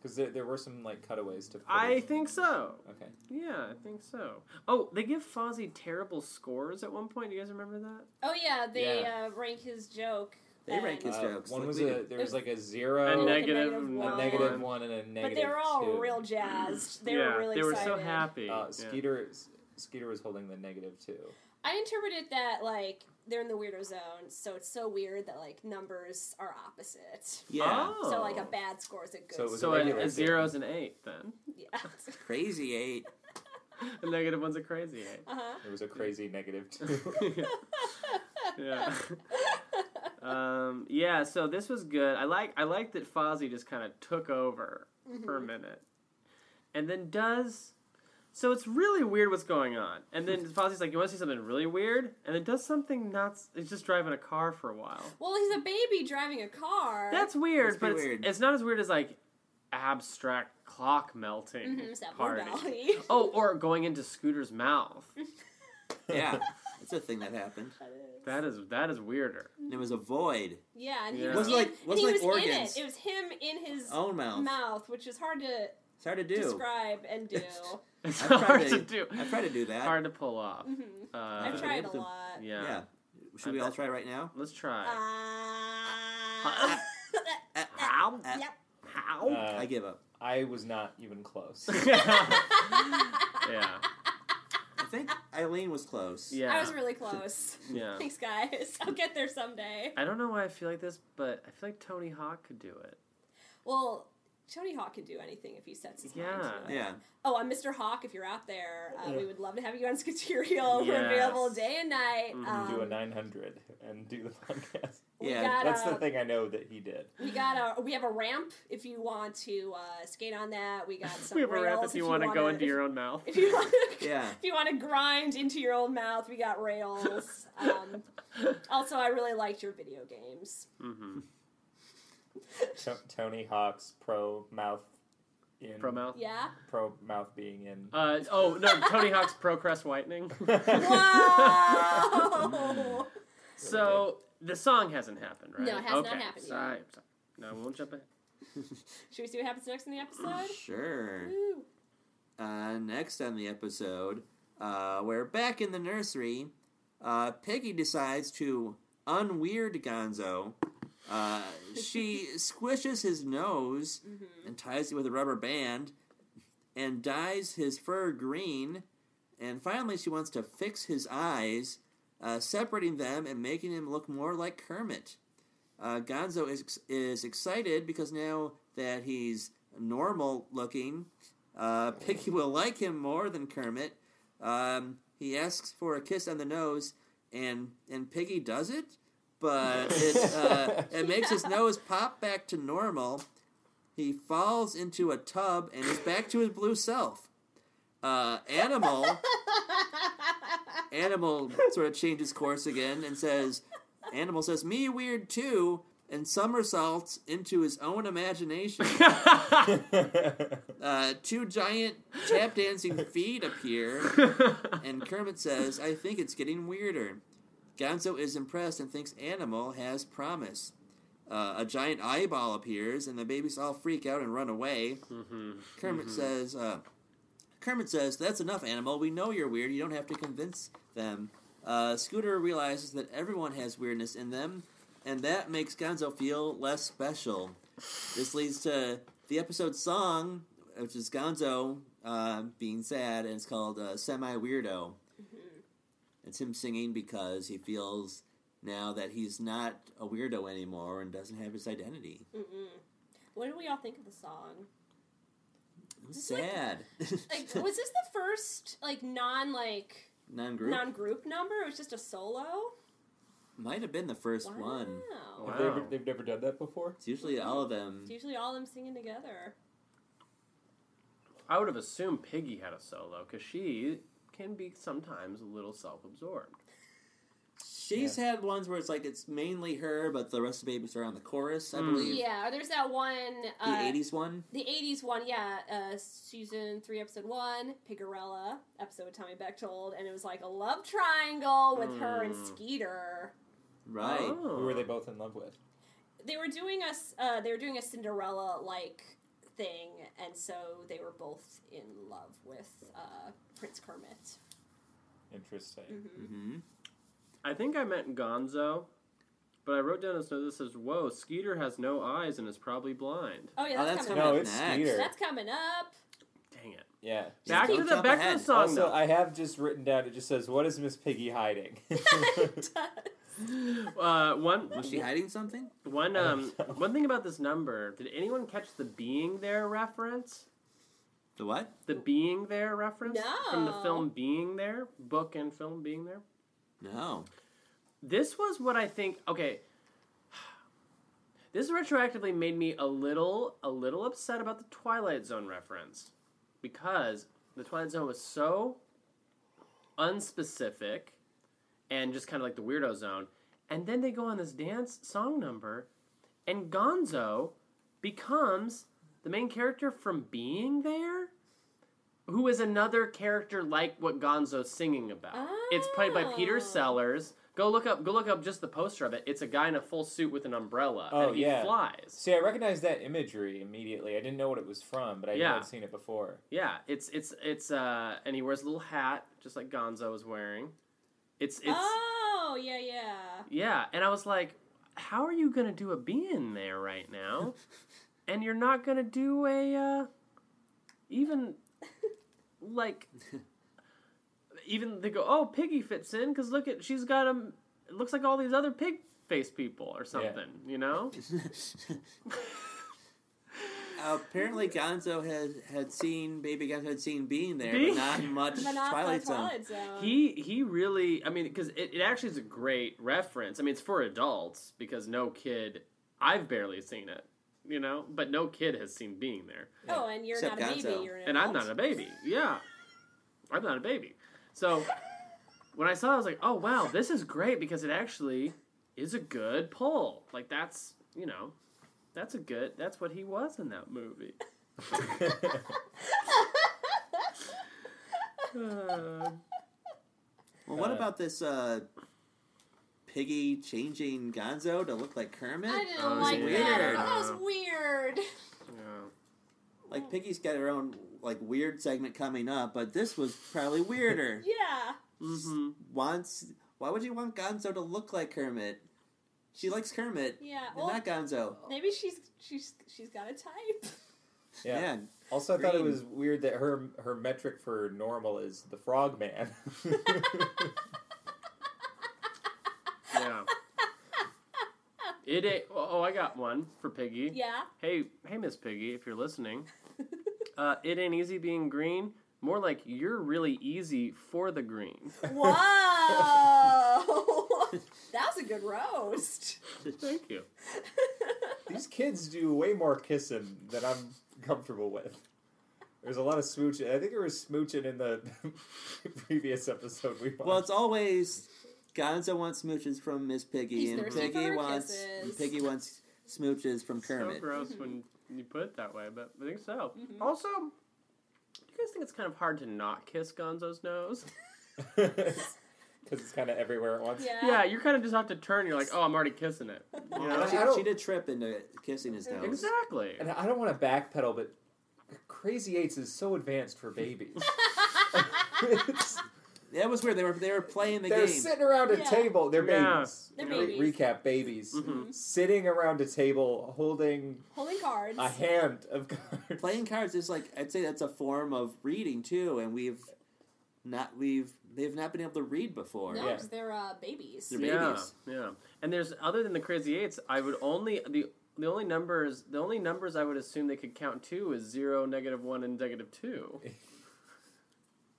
Because there, there were some like cutaways to. Footage.
I think so.
Okay.
Yeah, I think so. Oh, they give Fozzie terrible scores at one point. Do you guys remember that?
oh yeah, they
Yeah.
uh, rank his joke. um,
They
and-
rank his- These
Uh,
jokes,
one
like
was
we
a
did.
there was like a
a
zero,
like
a
negative,
negative
one.
one.
negative one, and a negative.
but they were all
two.
real jazzed. They
yeah,
were really
they were
excited.
so happy.
Uh,
Yeah.
Skeeter Skeeter was holding the negative two.
I interpreted that like they're in the weirdo zone, so it's so weird that like numbers are opposite.
Yeah.
Oh.
So like a bad score is a good.
So it was
So
score.
a,
regular
a
zero.
zero is an eight then.
Yeah.
Crazy eight.
A negative one's a crazy eight.
Uh huh.
It was a crazy negative two.
yeah. Um, yeah. So this was good. I like I like that Fozzie just kind of took over for a minute, and then does. So it's really weird what's going on, and then Fozzie's like, "You want to see something really weird?" And then does something not. It's just driving a car for a while.
Well, he's a baby driving a car.
That's weird,
That's
but
pretty
it's,
weird.
it's not as weird as like abstract clock melting
Mhm, Sapphire
party.
Valley.
Oh, or going into Scooter's mouth.
Yeah. That's a thing that happened.
That is that is weirder.
And it was a void.
Yeah, and he
Yeah. Oh,
was
Wasn't
in,
like-
and he
wasn't like
was
organs.
in it. It was him in his
Own mouth.
mouth, which is hard to
It's hard to do.
describe and do.
It's
I've tried
hard
to-
to do.
I try to do that.
hard to pull off.
Mhm.
Uh,
I've tried a
to-
lot.
Yeah.
Yeah. Should
I
we all
bet.
try right now?
Let's try.
Uh, Ah.
Uh,
How?
uh,
yep.
How?
Uh,
I give up.
I was not even close.
Uh, yeah.
I think Eileen was close.
Yeah.
I was really close.
yeah.
Thanks, guys. I'll get there someday.
I don't know why I feel like this, but I feel like Tony Hawk could do it.
Well, Tony Hawk can do anything if he sets his mind
Yeah.
to it.
Yeah.
Oh, I'm Mr. Hawk. If you're out there, uh, we would love to have you on Skaterial. We're
Yes. Mm-hmm.
available day and night. Um,
do a 900 and do the podcast.
we
Yeah,
got,
That's the
uh,
thing I know that he did.
We got a we have a ramp if you want to uh, skate on that. We got some
we have a
rails
wrap if you want to go
wanna-
into your own mouth.
if you want to
Yeah.
if you want to grind into your own mouth. We got rails. Um, also, I really liked your video games.
mm-hmm.
To- Tony Hawk's pro mouth in
Pro mouth.
Yeah.
pro mouth being in.
Uh, oh no, Tony Hawk's Pro Crest Whitening.
Whoa.
so the song hasn't happened, right?
No, it has not happened yet.
Sorry, sorry. No, we won't jump in.
Should we see what happens next in the episode?
Sure.
Woo.
Uh, next on the episode, uh, we're back in the nursery. Uh, Peggy decides to unweird Gonzo. Uh, she squishes his nose and ties it with a rubber band and dyes his fur green. And finally, she wants to fix his eyes, uh, separating them and making him look more like Kermit. Uh, Gonzo is, is excited because now that he's normal looking, uh, Piggy will like him more than Kermit. Um, he asks for a kiss on the nose, and and Piggy does it, but it, uh, it makes his nose pop back to normal. He falls into a tub and is back to his blue self. Uh, animal, animal sort of changes course again and says, "Animal says me weird too," and somersaults into his own imagination.
Mm-hmm.
Uh, two giant tap dancing feet appear, and Kermit says, I think it's getting weirder. Gonzo is impressed and thinks Animal has promise. Uh, a giant eyeball appears, and the babies all freak out and run away. Kermit
Mm-hmm.
says, uh, Kermit says, That's enough, Animal. We know you're weird. You don't have to convince them. Uh, Scooter realizes that everyone has weirdness in them, and that makes Gonzo feel less special. This leads to the episode song, which is Gonzo uh, being sad, and it's called uh, Semi Weirdo.
Mm-hmm.
It's him singing because he feels now that he's not a weirdo anymore and doesn't have his identity.
What do we all think of the song? It's like-
Sad.
Mm-hmm. Like, was this the first like non like
non group.
non group number? It was just a solo.
Might have been the first
Wow.
one.
Have they ever-
Wow.
they've never done that before.
It's usually all of them.
It's usually all them singing together.
I would have assumed Piggy had a solo because she can be sometimes a little self-absorbed.
She's had ones where it's like it's mainly her, but the rest of the babies are on the chorus, I
Hmm.
Mm.
believe.
Yeah, there's that one.
The
Uh,
80s one.
The 80s one, yeah, uh, season three, episode one, Pigarella, episode with Tommy Bechtold, and it was like a love triangle with her and
Hmm.
Mm.
Skeeter.
Right.
Oh.
Who were they both in love with?
They were doing us, uh, they were doing a Cinderella like thing, and so they were both in love with uh, Prince Kermit. Mm-hmm.
Interesting.
hmm
I think I meant Gonzo, but I wrote down as note this says, "Whoa, Skeeter has no eyes and is probably blind."
Oh yeah,
Oh,
that's,
that's
coming
No,
up.
Coming up
it's
next.
Skeeter.
That's coming up.
Dang it!
Yeah.
Back
Don't
to the
jump
Beckman
ahead.
song,
Also,
though.
I have just written down. It just says, "What is Miss Piggy hiding?"
Uh, one
Was she hiding something?
one
I
um
don't know.
one thing about this number. Did anyone catch the being there reference?
The what?
The being there reference from the
No.
film Being There, book and film Being There.
No.
This was what I think. Okay, this retroactively made me a little a little upset about the Twilight Zone reference because the Twilight Zone was so unspecific and just kind of like the weirdo zone. And then they go on this dance song number, and Gonzo becomes the main character from being there, who is another character like what Gonzo's singing about. It's played by Peter
Oh.
Sellers. Go look up. Go look up just the poster of it. It's a guy in a full suit with an umbrella,
Oh,
and he
yeah.
flies.
See, I recognized that imagery immediately. I didn't know what it was from, but I knew
Yeah.
I'd seen it before.
Yeah, it's it's it's uh, and he wears a little hat just like Gonzo was wearing. It's it's
oh yeah, yeah.
yeah, and I was like, how are you gonna do a being there right now? and you're not gonna do a uh, even like even they go, oh, Piggy fits in because look at she's got a it looks like all these other pig face people or something, you know?
Apparently, Gonzo had had seen Baby Gonzo had seen being there,
Being-
but not much
But not Twilight,
Twilight Zone.
Twilight Zone.
He he really I mean because it, it actually is a great reference. I mean it's for adults because no kid I've barely seen it, you know, but no kid has seen being there.
oh, and you're
Except
not a baby.
Gonzo.
You're an
And I'm
adult.
not a baby. Yeah. I'm not a baby. So when I saw it I was like, "Oh wow, this is great because it actually is a good pull." Like that's, you know, that's a good that's what he was in that movie. Uh,
Well, what
Uh,
about this uh, Piggy changing Gonzo to look like Kermit?
I didn't
Oh,
like that.
weird.
That was weird.
yeah.
Like
Oh.
Piggy's got her own like weird segment coming up, but this was probably weirder.
Yeah.
Mhm.
Wants why would you want Gonzo to look like Kermit? She likes Kermit,
Yeah.
and
Well,
not Gonzo.
maybe she's she's she's got a type.
Yeah.
Yeah,
Also, I thought it
Green.
was weird that her her metric for normal is the frogman.
Yeah. It ain't. Oh, I got one for Piggy.
Yeah.
Hey, hey, Miss Piggy, if you're listening, uh, it ain't easy being green. More like you're really easy for the green.
Whoa. that was a good roast.
Thank you.
These kids do way more kissing than I'm comfortable with. There's a lot of smooching. I think there was smooching in the previous episode we watched.
Well, it's always Gonzo wants smooches from Miss Piggy,
He's
and
thirsty
Piggy
for
wants
kisses.
and Piggy wants smooches from
So
Kermit.
gross when you put it that way, but I think so. Also, do you guys think it's kind of hard to not kiss Gonzo's nose?
because it's kind of everywhere at once.
Yeah.
Yeah, you kind of just have to turn. You're like, oh, I'm already kissing it. You know?
I don't-
she, she did trip into kissing his nose.
Exactly.
And I don't want to backpedal, but Crazy Eights is so advanced for babies. It's-
That was weird. They were they were playing the
they're
game.
sitting around a
Yeah.
table. They're
Yeah.
babies.
They're
Re-
babies. Mm-hmm.
recap babies
Mm-hmm.
Mhm.
sitting around a table holding
Holding cards.
a hand of cards.
playing cards is like I'd say that's a form of reading too, and we've not we've they've not been able to read before.
no,
yeah.
'cause they're uh, babies.
They're
Yeah,
babies.
yeah. And there's other than the crazy eights, I would only the the only numbers the only numbers I would assume they could count to is zero, negative one, and negative two.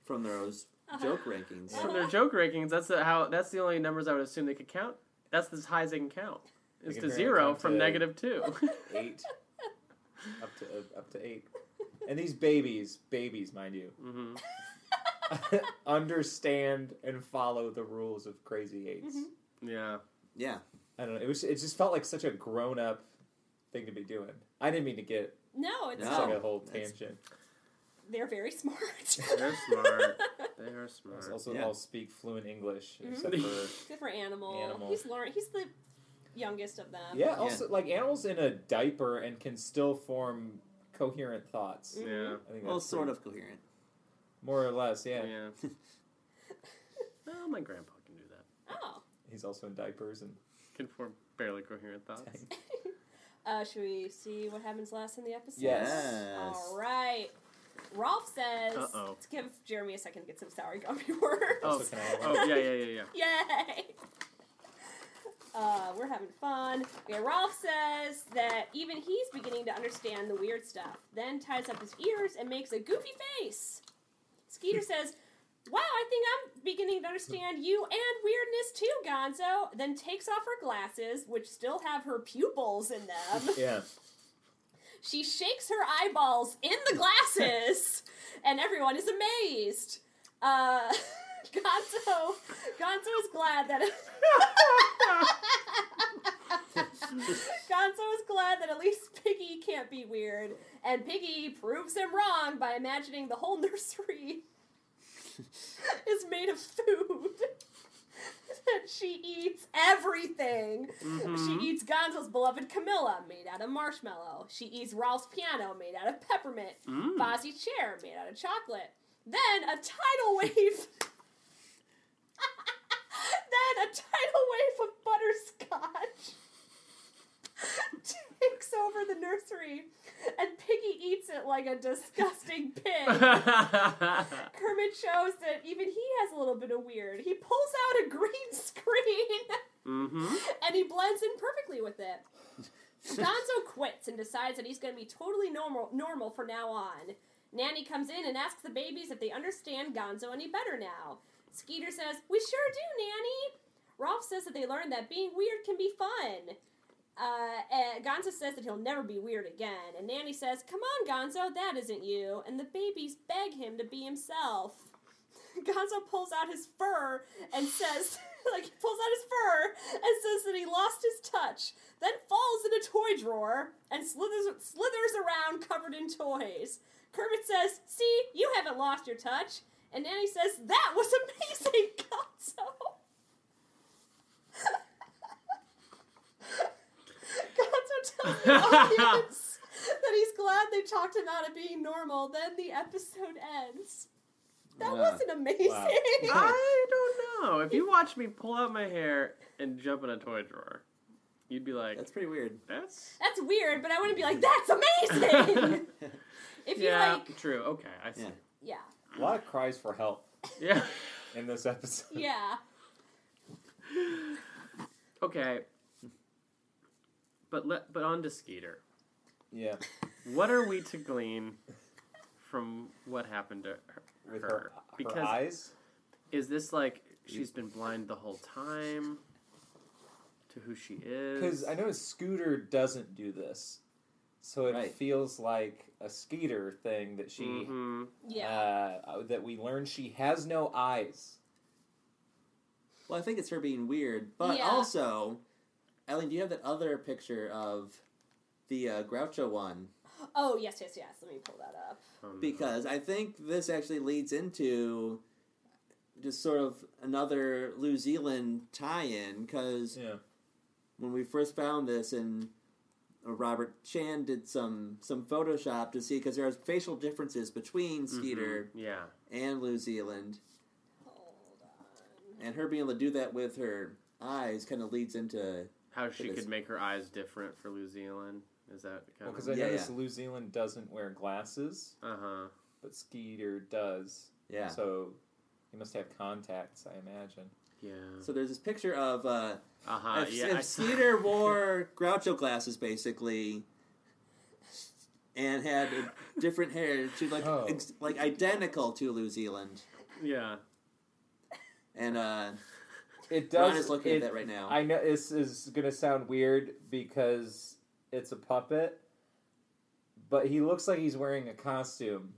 From those
Uh-huh.
joke rankings.
From their joke rankings, that's the, how that's the only numbers I would assume they could count. That's as high as they can count. Is
can
to
barely
zero
count
from
to-
negative two.
eight, up to uh, up to eight, and these babies, babies, mind you,
hmm
Mm-hmm.
understand and follow the rules of Crazy 8s
Mm-hmm.
Yeah.
Yeah.
I don't know. It was it just felt like such a grown up thing to be doing. I didn't mean to get
No, it's
No.
it's like
not.
a whole
Oh. That's-
tangent.
they're very smart.
They're smart. They are
I
smart.
was also
Yeah. Mm-hmm.
all speak fluent English except for
Except for animal.
Animal.
He's learn. He's the youngest of them.
yeah. Also, like animals in a diaper and can still form coherent thoughts.
Yeah.
I think
Mm. Well,
that's
sort
pretty-
of coherent.
more or less. Yeah.
Yeah. Well, my grandpa can do that.
Oh.
he's also in diapers and
Can form barely coherent thoughts.
Uh, should we see what happens last in the episode?
Yes.
All right. Rolf says
Uh-oh.
to give Jeremy a second to get some sour gummy worms.
Oh,
Also, can I have one?
oh yeah, yeah, yeah, yeah.
Yay! Uh, we're having fun. Okay, Rolf says that even he's beginning to understand the weird stuff, then ties up his ears and makes a goofy face. Skeeter says, Wow, I think I'm beginning to understand you and weirdness too, Gonzo. Then takes off her glasses, which still have her pupils in them.
Yeah.
She shakes her eyeballs in the glasses, and everyone is amazed. Uh, Gonzo, Gonzo is glad that. Gonzo is glad that at least Piggy can't be weird, and Piggy proves him wrong by imagining the whole nursery is made of food. and she eats everything. She eats Gonzo's beloved Camilla, made out of marshmallow. She eats Ralph's piano, made out of peppermint. Mm. chair, made out of chocolate. Then a tidal wave. then a tidal wave of butterscotch takes over the nursery, and Piggy eats it like a disgusting pig. Kermit shows that even he has a little bit of weird. He pulls out a green screen
mm-hmm.
and he blends in perfectly with it. Gonzo quits and decides that he's going to be totally normal normal from now on. Nanny comes in and asks the babies if they understand Gonzo any better now. Skeeter says, "We sure do, Nanny." Rolf says that they learned that being weird can be fun. Uh, and Gonzo says that he'll never be weird again, and Nanny says, "Come on, Gonzo, that isn't you." And the babies beg him to be himself. Gonzo pulls out his fur and says, like, he pulls out his fur and says that he lost his touch, then falls in a toy drawer and slithers, slithers around covered in toys. Kermit says, See, you haven't lost your touch. And Nanny says, That was amazing, Gonzo. Gonzo tells the audience that he's glad they talked him out of being normal. Then the episode ends. That
Yeah.
wasn't amazing.
I don't know. If you watched me pull out my hair and jump in a toy drawer, you'd be like,
That's pretty weird.
"That's
That's weird, but I wouldn't be like, that's amazing. if you
yeah,
like,
true. Okay, I see.
Yeah.
yeah,
A lot of cries for help
Yeah.
in this episode.
yeah,
okay. But let but on to Skeeter.
Yeah.
What are we to glean from what happened to her?
With her,
because
her eyes.
is this like she's been blind the whole time to who she is?
Because I know a Scooter doesn't do this. So it
Right. Mm-hmm.
feels like a Skeeter thing that she
Mhm.
yeah.
uh, that we learn she has no eyes.
Well, I think it's her being weird, but
Yeah.
also, Eileen, do you have that other picture of the uh, Groucho one?
oh, yes, yes, yes. Let me pull that up.
Oh, no.
Because I think this actually leads into just sort of another New Zealand tie-in. Because
Yeah.
when we first found this, and uh, Robert Chan did some some Photoshop to see because there are facial differences between Skeeter
mm-hmm. yeah,
and New Zealand,
Hold on.
and her being able to do that with her eyes kind of leads into
how she
is.
could make her eyes different for New Zealand is that kind
Because
of
I
Yeah,
noticed
yeah.
New Zealand doesn't wear glasses,
uh huh.
but Skeeter does.
yeah.
So he must have contacts, I imagine.
Yeah.
So there's this picture of uh,
Uh huh.
if,
Yeah.
if
I saw-
Cedar wore Groucho glasses basically, and had a different hair, she'd like
Oh.
ex- like identical to New Zealand.
Yeah.
And uh,
It does.
Ron is looking
it-
at that right now.
I know this is going to sound weird because it's a puppet, but he looks like he's wearing a costume.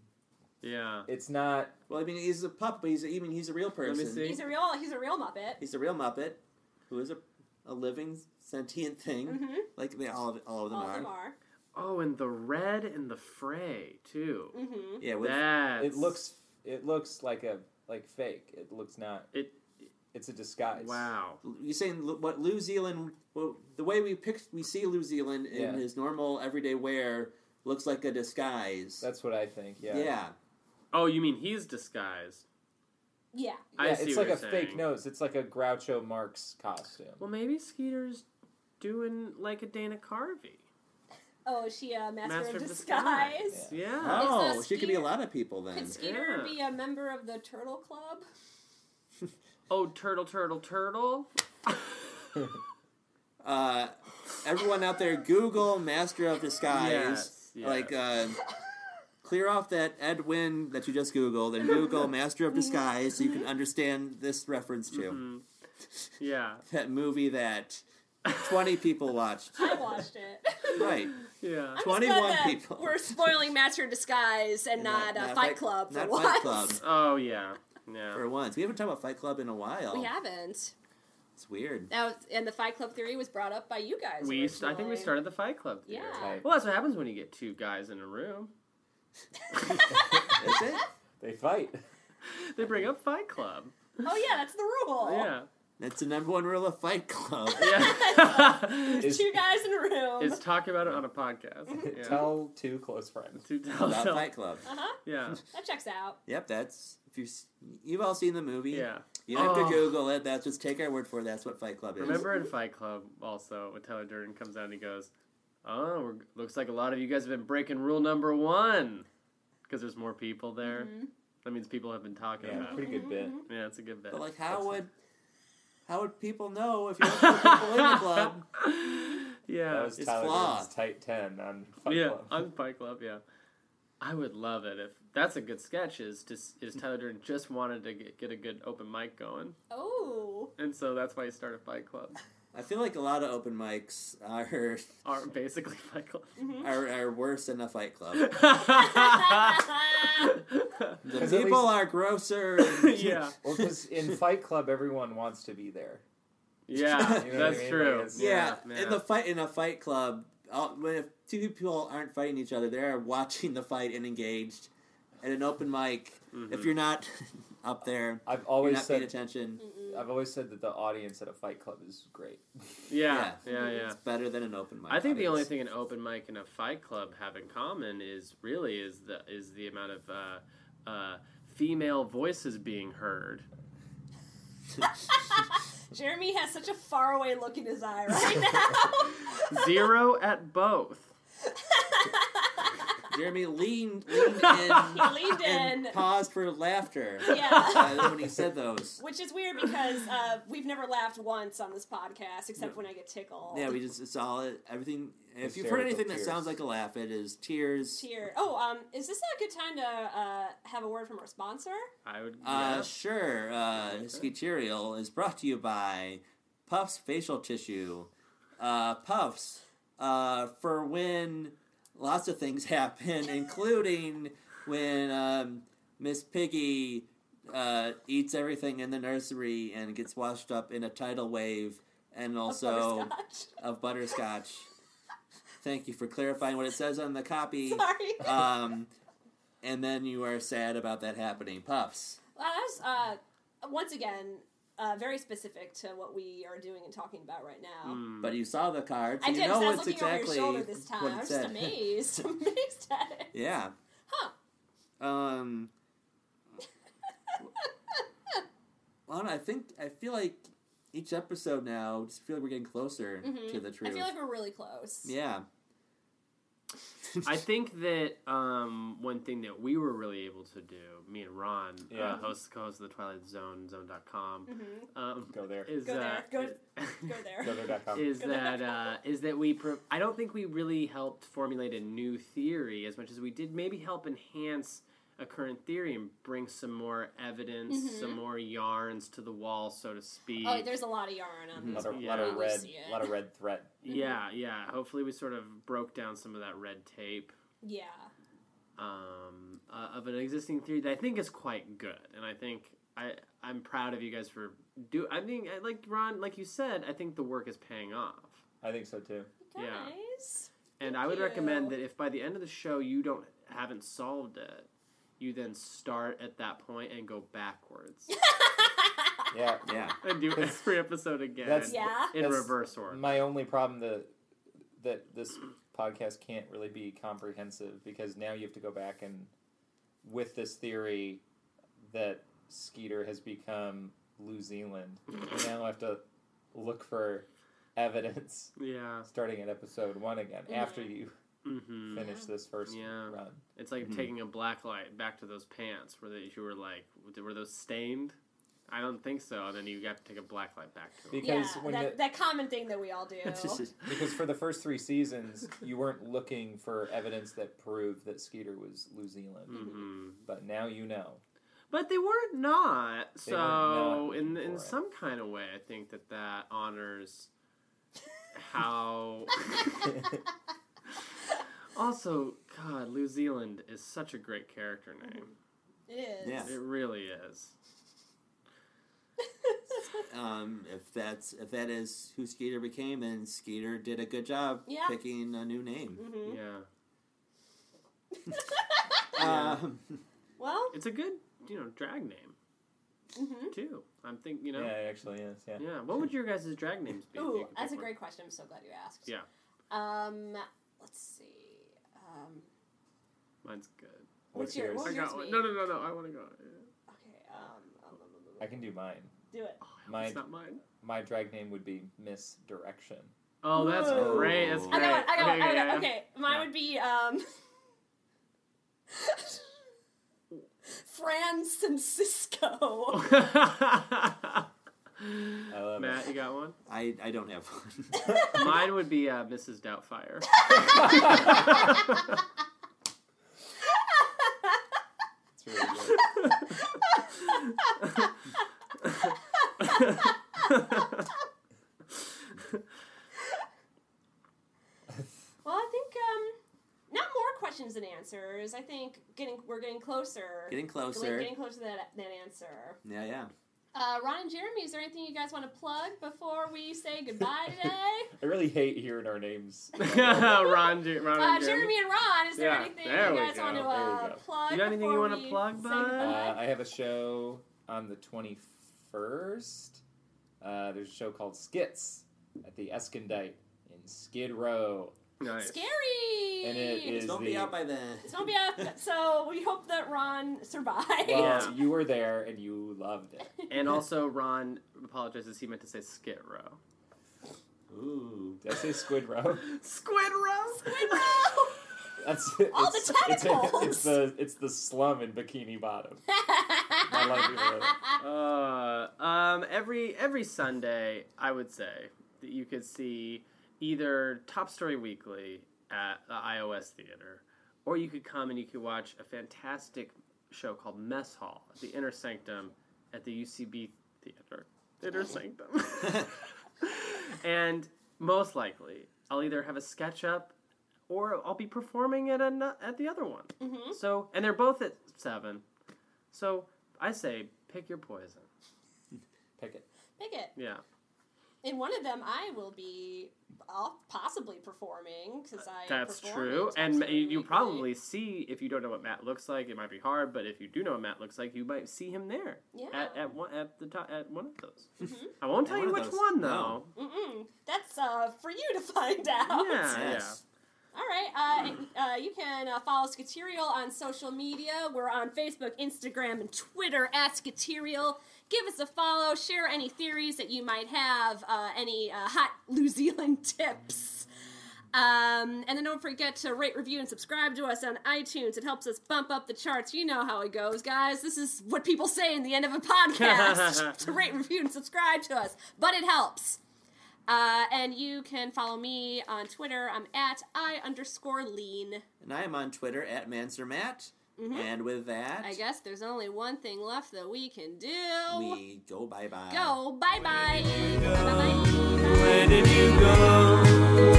Yeah.
It's not.
well, I mean, he's a pup, but he's a, even he's a real
me
person.
see.
He's a real, he's a real Muppet.
He's a real Muppet who is a, a living sentient thing,
Mhm.
like they all of, Mm-hmm. all of them
All
are.
of them are.
Oh, and the red and the fray too.
hmm
Yeah, with,
That
It looks. It looks like a like fake. It looks not.
It-
It's a disguise.
wow.
you're saying Lu- what New Zealand, well, the way we pick, we see New Zealand in
Yeah.
his normal everyday wear looks like a disguise.
That's what I think. Yeah.
yeah.
Oh, you mean he's disguised?
Yeah.
I
Yeah,
see
it's
what
like
you're
a
saying.
fake nose. It's like a Groucho Marx costume.
Well, maybe Skeeter's doing like a Dana Carvey.
Oh, is she a master,
Master
of
of
disguise?
disguise. Yeah.
Oh,
Is that
she could be a
Skeeter?
lot of people then.
Could Skeeter
Yeah.
be a member of the Turtle Club?
Oh, turtle, turtle, turtle.
Uh, everyone out there, Google Master of Disguise.
Yes, yes.
Like, uh, clear off that Ed Wynn that you just Googled and Google Master of Disguise so you can understand this reference to
Yeah.
that movie that 20 people watched.
I watched it.
Right.
I'm
Yeah.
just glad
21
that
people.
We're spoiling Master of Disguise and not, uh, Fight Club for
Not
once.
Fight Club
Oh, yeah. Yeah.
for once. We haven't talked about Fight Club in a while.
We haven't.
It's weird.
Now, and the Fight Club theory was brought up by you guys.
We, st- I think we
originally.
started the Fight Club. theory.
Yeah.
Right.
Well, that's what happens when you get two guys in a room.
Is it?
They fight.
They bring up Fight Club.
Oh yeah, that's the rule.
Yeah.
That's the number one rule of Fight Club.
Yeah.
Is,
Two guys in a room.
It's talk about it on a podcast. Yeah.
Tell two close friends.
To tell-
About
tell-
Fight Club.
uh-huh.
Yeah.
That checks out.
Yep, that's if you you've all seen the movie.
Yeah.
You don't have
Oh.
to Google it. That's just take our word for it. That's what Fight Club is.
Remember in Fight Club, also, when Tyler Durden comes out and he goes, Oh, we're, looks like a lot of you guys have been breaking rule number one. Because there's more people there.
Mm-hmm.
That means people have been talking
Yeah,
about
pretty
it.
good bit.
Yeah, it's a good bit.
But like, how would how would people know if you don't put people in the club?
yeah.
That was
It's
Tyler
flawed.
Durden's tight ten on Fight
yeah,
Club.
on Fight Club, yeah. I would love it if that's a good sketch. Is just is Tyler Durden just wanted to get, get a good open mic going,
Oh.
and so that's why he started Fight Club.
I feel like a lot of open mics are
Are basically Fight Club.
Mm-hmm.
are, are worse than a Fight Club. The
'Cause at
people
least-
are grosser.
yeah,
Well, because in Fight Club, everyone wants to be there.
yeah,
You know what I
that's
mean? Like,
true.
it's-
Yeah,
yeah.
in the fight in a fight club, all, when if two people aren't fighting each other, they are watching the fight and engaged. At an open mic,
Mm-hmm.
if you're not up there,
I've
you're
always
not paying
said
attention.
I've always said that the audience at a Fight Club is great.
yeah, yeah, yeah.
It's better than an open mic.
I think the only
audience.
thing an open mic and a fight club have in common is really is the is the amount of uh, uh, female voices being heard.
Jeremy has such a faraway look in his eye right
Zero at both.
Jeremy leaned leaned in
now. he leaned in.
and paused for laughter
Yeah.
uh, when he said those.
Which is weird because uh, we've never laughed once on this podcast, except when I get tickled.
Yeah, we just it's all everything. If you've
Hysterical
heard anything that
tears.
sounds like a laugh, it is tears.
Here. Oh, um, is this a good time to uh, have a word from our sponsor?
I would.
Uh,
yeah.
Sure. Uh, Skeeterial is brought to you by Puffs Facial Tissue. Uh, Puffs uh, for when lots of things happen, including when um, Miss Piggy uh, eats everything in the nursery and gets washed up in a tidal wave, and also
Butterscotch.
of butterscotch. Thank you for clarifying what it says on the copy.
Sorry.
Um, and then you are sad about that happening. Puffs.
Well, that was, uh, once again, uh, very specific to what we are doing and talking about right now.
But you saw the card, Hmm. so
I
you
did, 'cause
know
I was
it's
looking
exactly
over your shoulder this time.
what
I
it
was
said.
just amazed. amazed at it.
yeah.
Huh.
Um. well, I don't know, I think I feel like each episode now just feel like we're getting closer to the
Mm-hmm. I
truth.
feel like we're really close.
yeah.
I think that um, one thing that we were really able to do, me and Ron, uh,
Yeah.
host co-host of the Twilight Zone, Zone.com,
Mhm.
um,
Go there.
is
Go there.
uh,
Go- Go there.
Go
is
Go there.
that uh, is that we? Pro- I don't think we really helped formulate a new theory as much as we did maybe help enhance a current theory and bring some more evidence, some more yarns to the wall, so to speak.
Mm-hmm. Oh, there's a lot of yarn on
Mm-hmm.
A
this.
lot of,
Yeah.
lot of
Let me
red,
see it.
lot of red threat.
yeah, yeah. Hopefully, we sort of broke down some of that red tape.
Yeah.
um, uh, of an existing theory that I think is quite good, and I think I I'm proud of you guys for do. I mean, I- like Ron, like you said, I think the work is paying off,
I think so too.
Guys.
Yeah. and I would
Thank you.
recommend that if by the end of the show you don't haven't solved it, you then start at that point and go backwards
Yeah.
Yeah.
and do every episode again
That's-
Yeah.
in
that's-
reverse order.
My only problem that that this podcast can't really be comprehensive because now you have to go back and with this theory that Skeeter has become New Zealand. you now have to look for evidence
yeah.
starting at episode one again after you
Mm-hmm.
finish this first
Yeah.
run.
It's like
Mhm.
taking a black light back to those pants. Were they? You were like, were those stained? I don't think so. And then you got to take a black light back to them.
Because
yeah,
when
that,
the-
that common thing that we all do.
Because for the first three seasons, you weren't looking for evidence that proved that Skeeter was New Zealand,
Mm-hmm.
hmm
but now you know.
But they were not.
They were not
So in
looking
in
for it.
some kind of way, I think that that honors how. also, God, New Zealand is such a great character name.
It is.
Yeah.
It really is.
Um, if that's if that is who Skeeter became, then Skeeter did a good job
Yeah.
picking a new name.
hmm
Yeah,
Mm-hmm.
Um,
Well,
it's a good you know drag name
mhm.
too. I'm thinking you know.
Yeah, it actually is. Yeah.
Yeah. What would your guys' drag names be? if you
ooh,
could
that's a
pick one?
great question. I'm so glad you asked.
Yeah.
Um, let's see. Um,
Mine's good.
What's your-
I
what-
got
Yours
one.
be-
No, no, no, no. I want to go.
okay. Um, um, um, um,
I can do mine.
do it.
Oh,
Mine.
It's not mine.
My drag name would be Misdirection.
Oh, that's
Whoa.
great. That's
I
I
great.
got one. I got one. I got
yeah.
one. Okay, mine
Yeah.
would be um, Franz and Cisco.
I love
Matt,
it.
you got one?
I I don't have one.
Mine would be uh, Mrs. Doubtfire.
It's really good.
Well, I think um, not more questions than answers. I think getting we're getting closer.
Getting
We're
closer.
getting closer to that, that answer.
Yeah, yeah.
Uh, Ron and Jeremy, is there anything you guys want to plug before we say goodbye today?
I really hate hearing our names.
Ron, Jer- Ron
uh,
and Jeremy.
Jeremy and Ron, is there
Yeah,
anything
there
you
we
guys
go.
want to
There
uh,
we go.
plug?
You got anything you
before
wanna
we
plug,
say
bud?
goodbye?
Uh, I have a show on the 21st. Uh, there's a show called Skits at the Eskendite in Skid Row.
Nice.
Scary.
And it is
Don't
the,
be out by then.
It's gonna be a- so we hope that Ron survives.
Well,
Yeah.
you were there and you loved it.
And also, Ron apologizes. He meant to say Skit Row.
Ooh.
Did I say Squid Row?
Squid Row?
Squid Row!
That's it.
All the
it's,
tentacles!
It's, it's the it's the slum in Bikini Bottom. I love you.
Uh, um, every every Sunday, I would say that you could see either Top Story Weekly at the iOS Theater, or you could come and you could watch a fantastic show called Mess Hall at the Inner Sanctum at the UCB Theater. Inner Sanctum. and most likely, I'll either have a sketch up or I'll be performing at an, at the other one. So, and they're both at seven. So I say pick your poison.
Pick it.
Pick it.
Yeah.
In one of them, I will be uh, possibly performing because I.
That's
perform
true.
at
And
Top
ma- you, you
Story
probably
Weekly.
see, if you don't know what Matt looks like, it might be hard, but if you do know what Matt looks like, you might see him there.
Yeah.
At, at, one, at, the to- at one of those. I won't tell
At
you
one
which
of those.
one, though.
No.
Mm-mm. That's uh, for you to find out.
Yeah,
Yes.
All right. Uh, and, uh, you can uh, follow Skaterial on social media. We're on Facebook, Instagram, and Twitter at Skaterial. Give us a follow. Share any theories that you might have, uh, any uh, hot New Zealand tips. Um, and then don't forget to rate, review, and subscribe to us on iTunes. It helps us bump up the charts. You know how it goes, guys. This is what people say in the end of a podcast to rate, review, and subscribe to us. But it helps. Uh, and you can follow me on Twitter. I'm at I underscore lean.
And I am on Twitter at Manser Matt. And with that,
Mm-hmm. I guess there's only one thing left that we can do.
we go bye bye.
Go. Bye bye. Bye
Where did you go?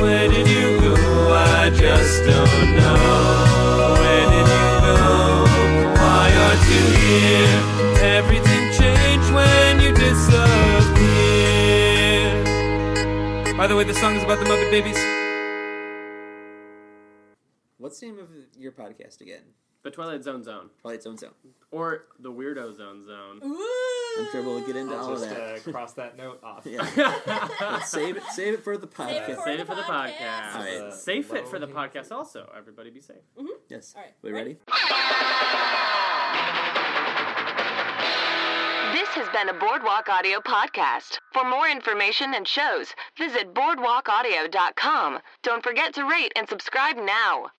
Where did you go? I just don't know. Where did you go? Why aren't you here? Everything changed when you disappeared. By the way, the song is about the Muppet Babies.
What's the name of your podcast again?
The Twilight Zone Zone.
Probably its own zone.
Or the Weirdo Zone Zone.
bye.
I'm sure we'll get into all
I'll
of
just
that.
uh, cross that note off.
Yeah. Let's save it. Save it for the podcast.
for-
Save it for the podcast.
All right.
Uh,
Safe it for the
low-hanging
podcast also. Everybody be safe.
Yes.
All right.
We ready?
This has been a Boardwalk Audio podcast. For more information and shows, visit boardwalkaudio.com. Don't forget to rate and subscribe now.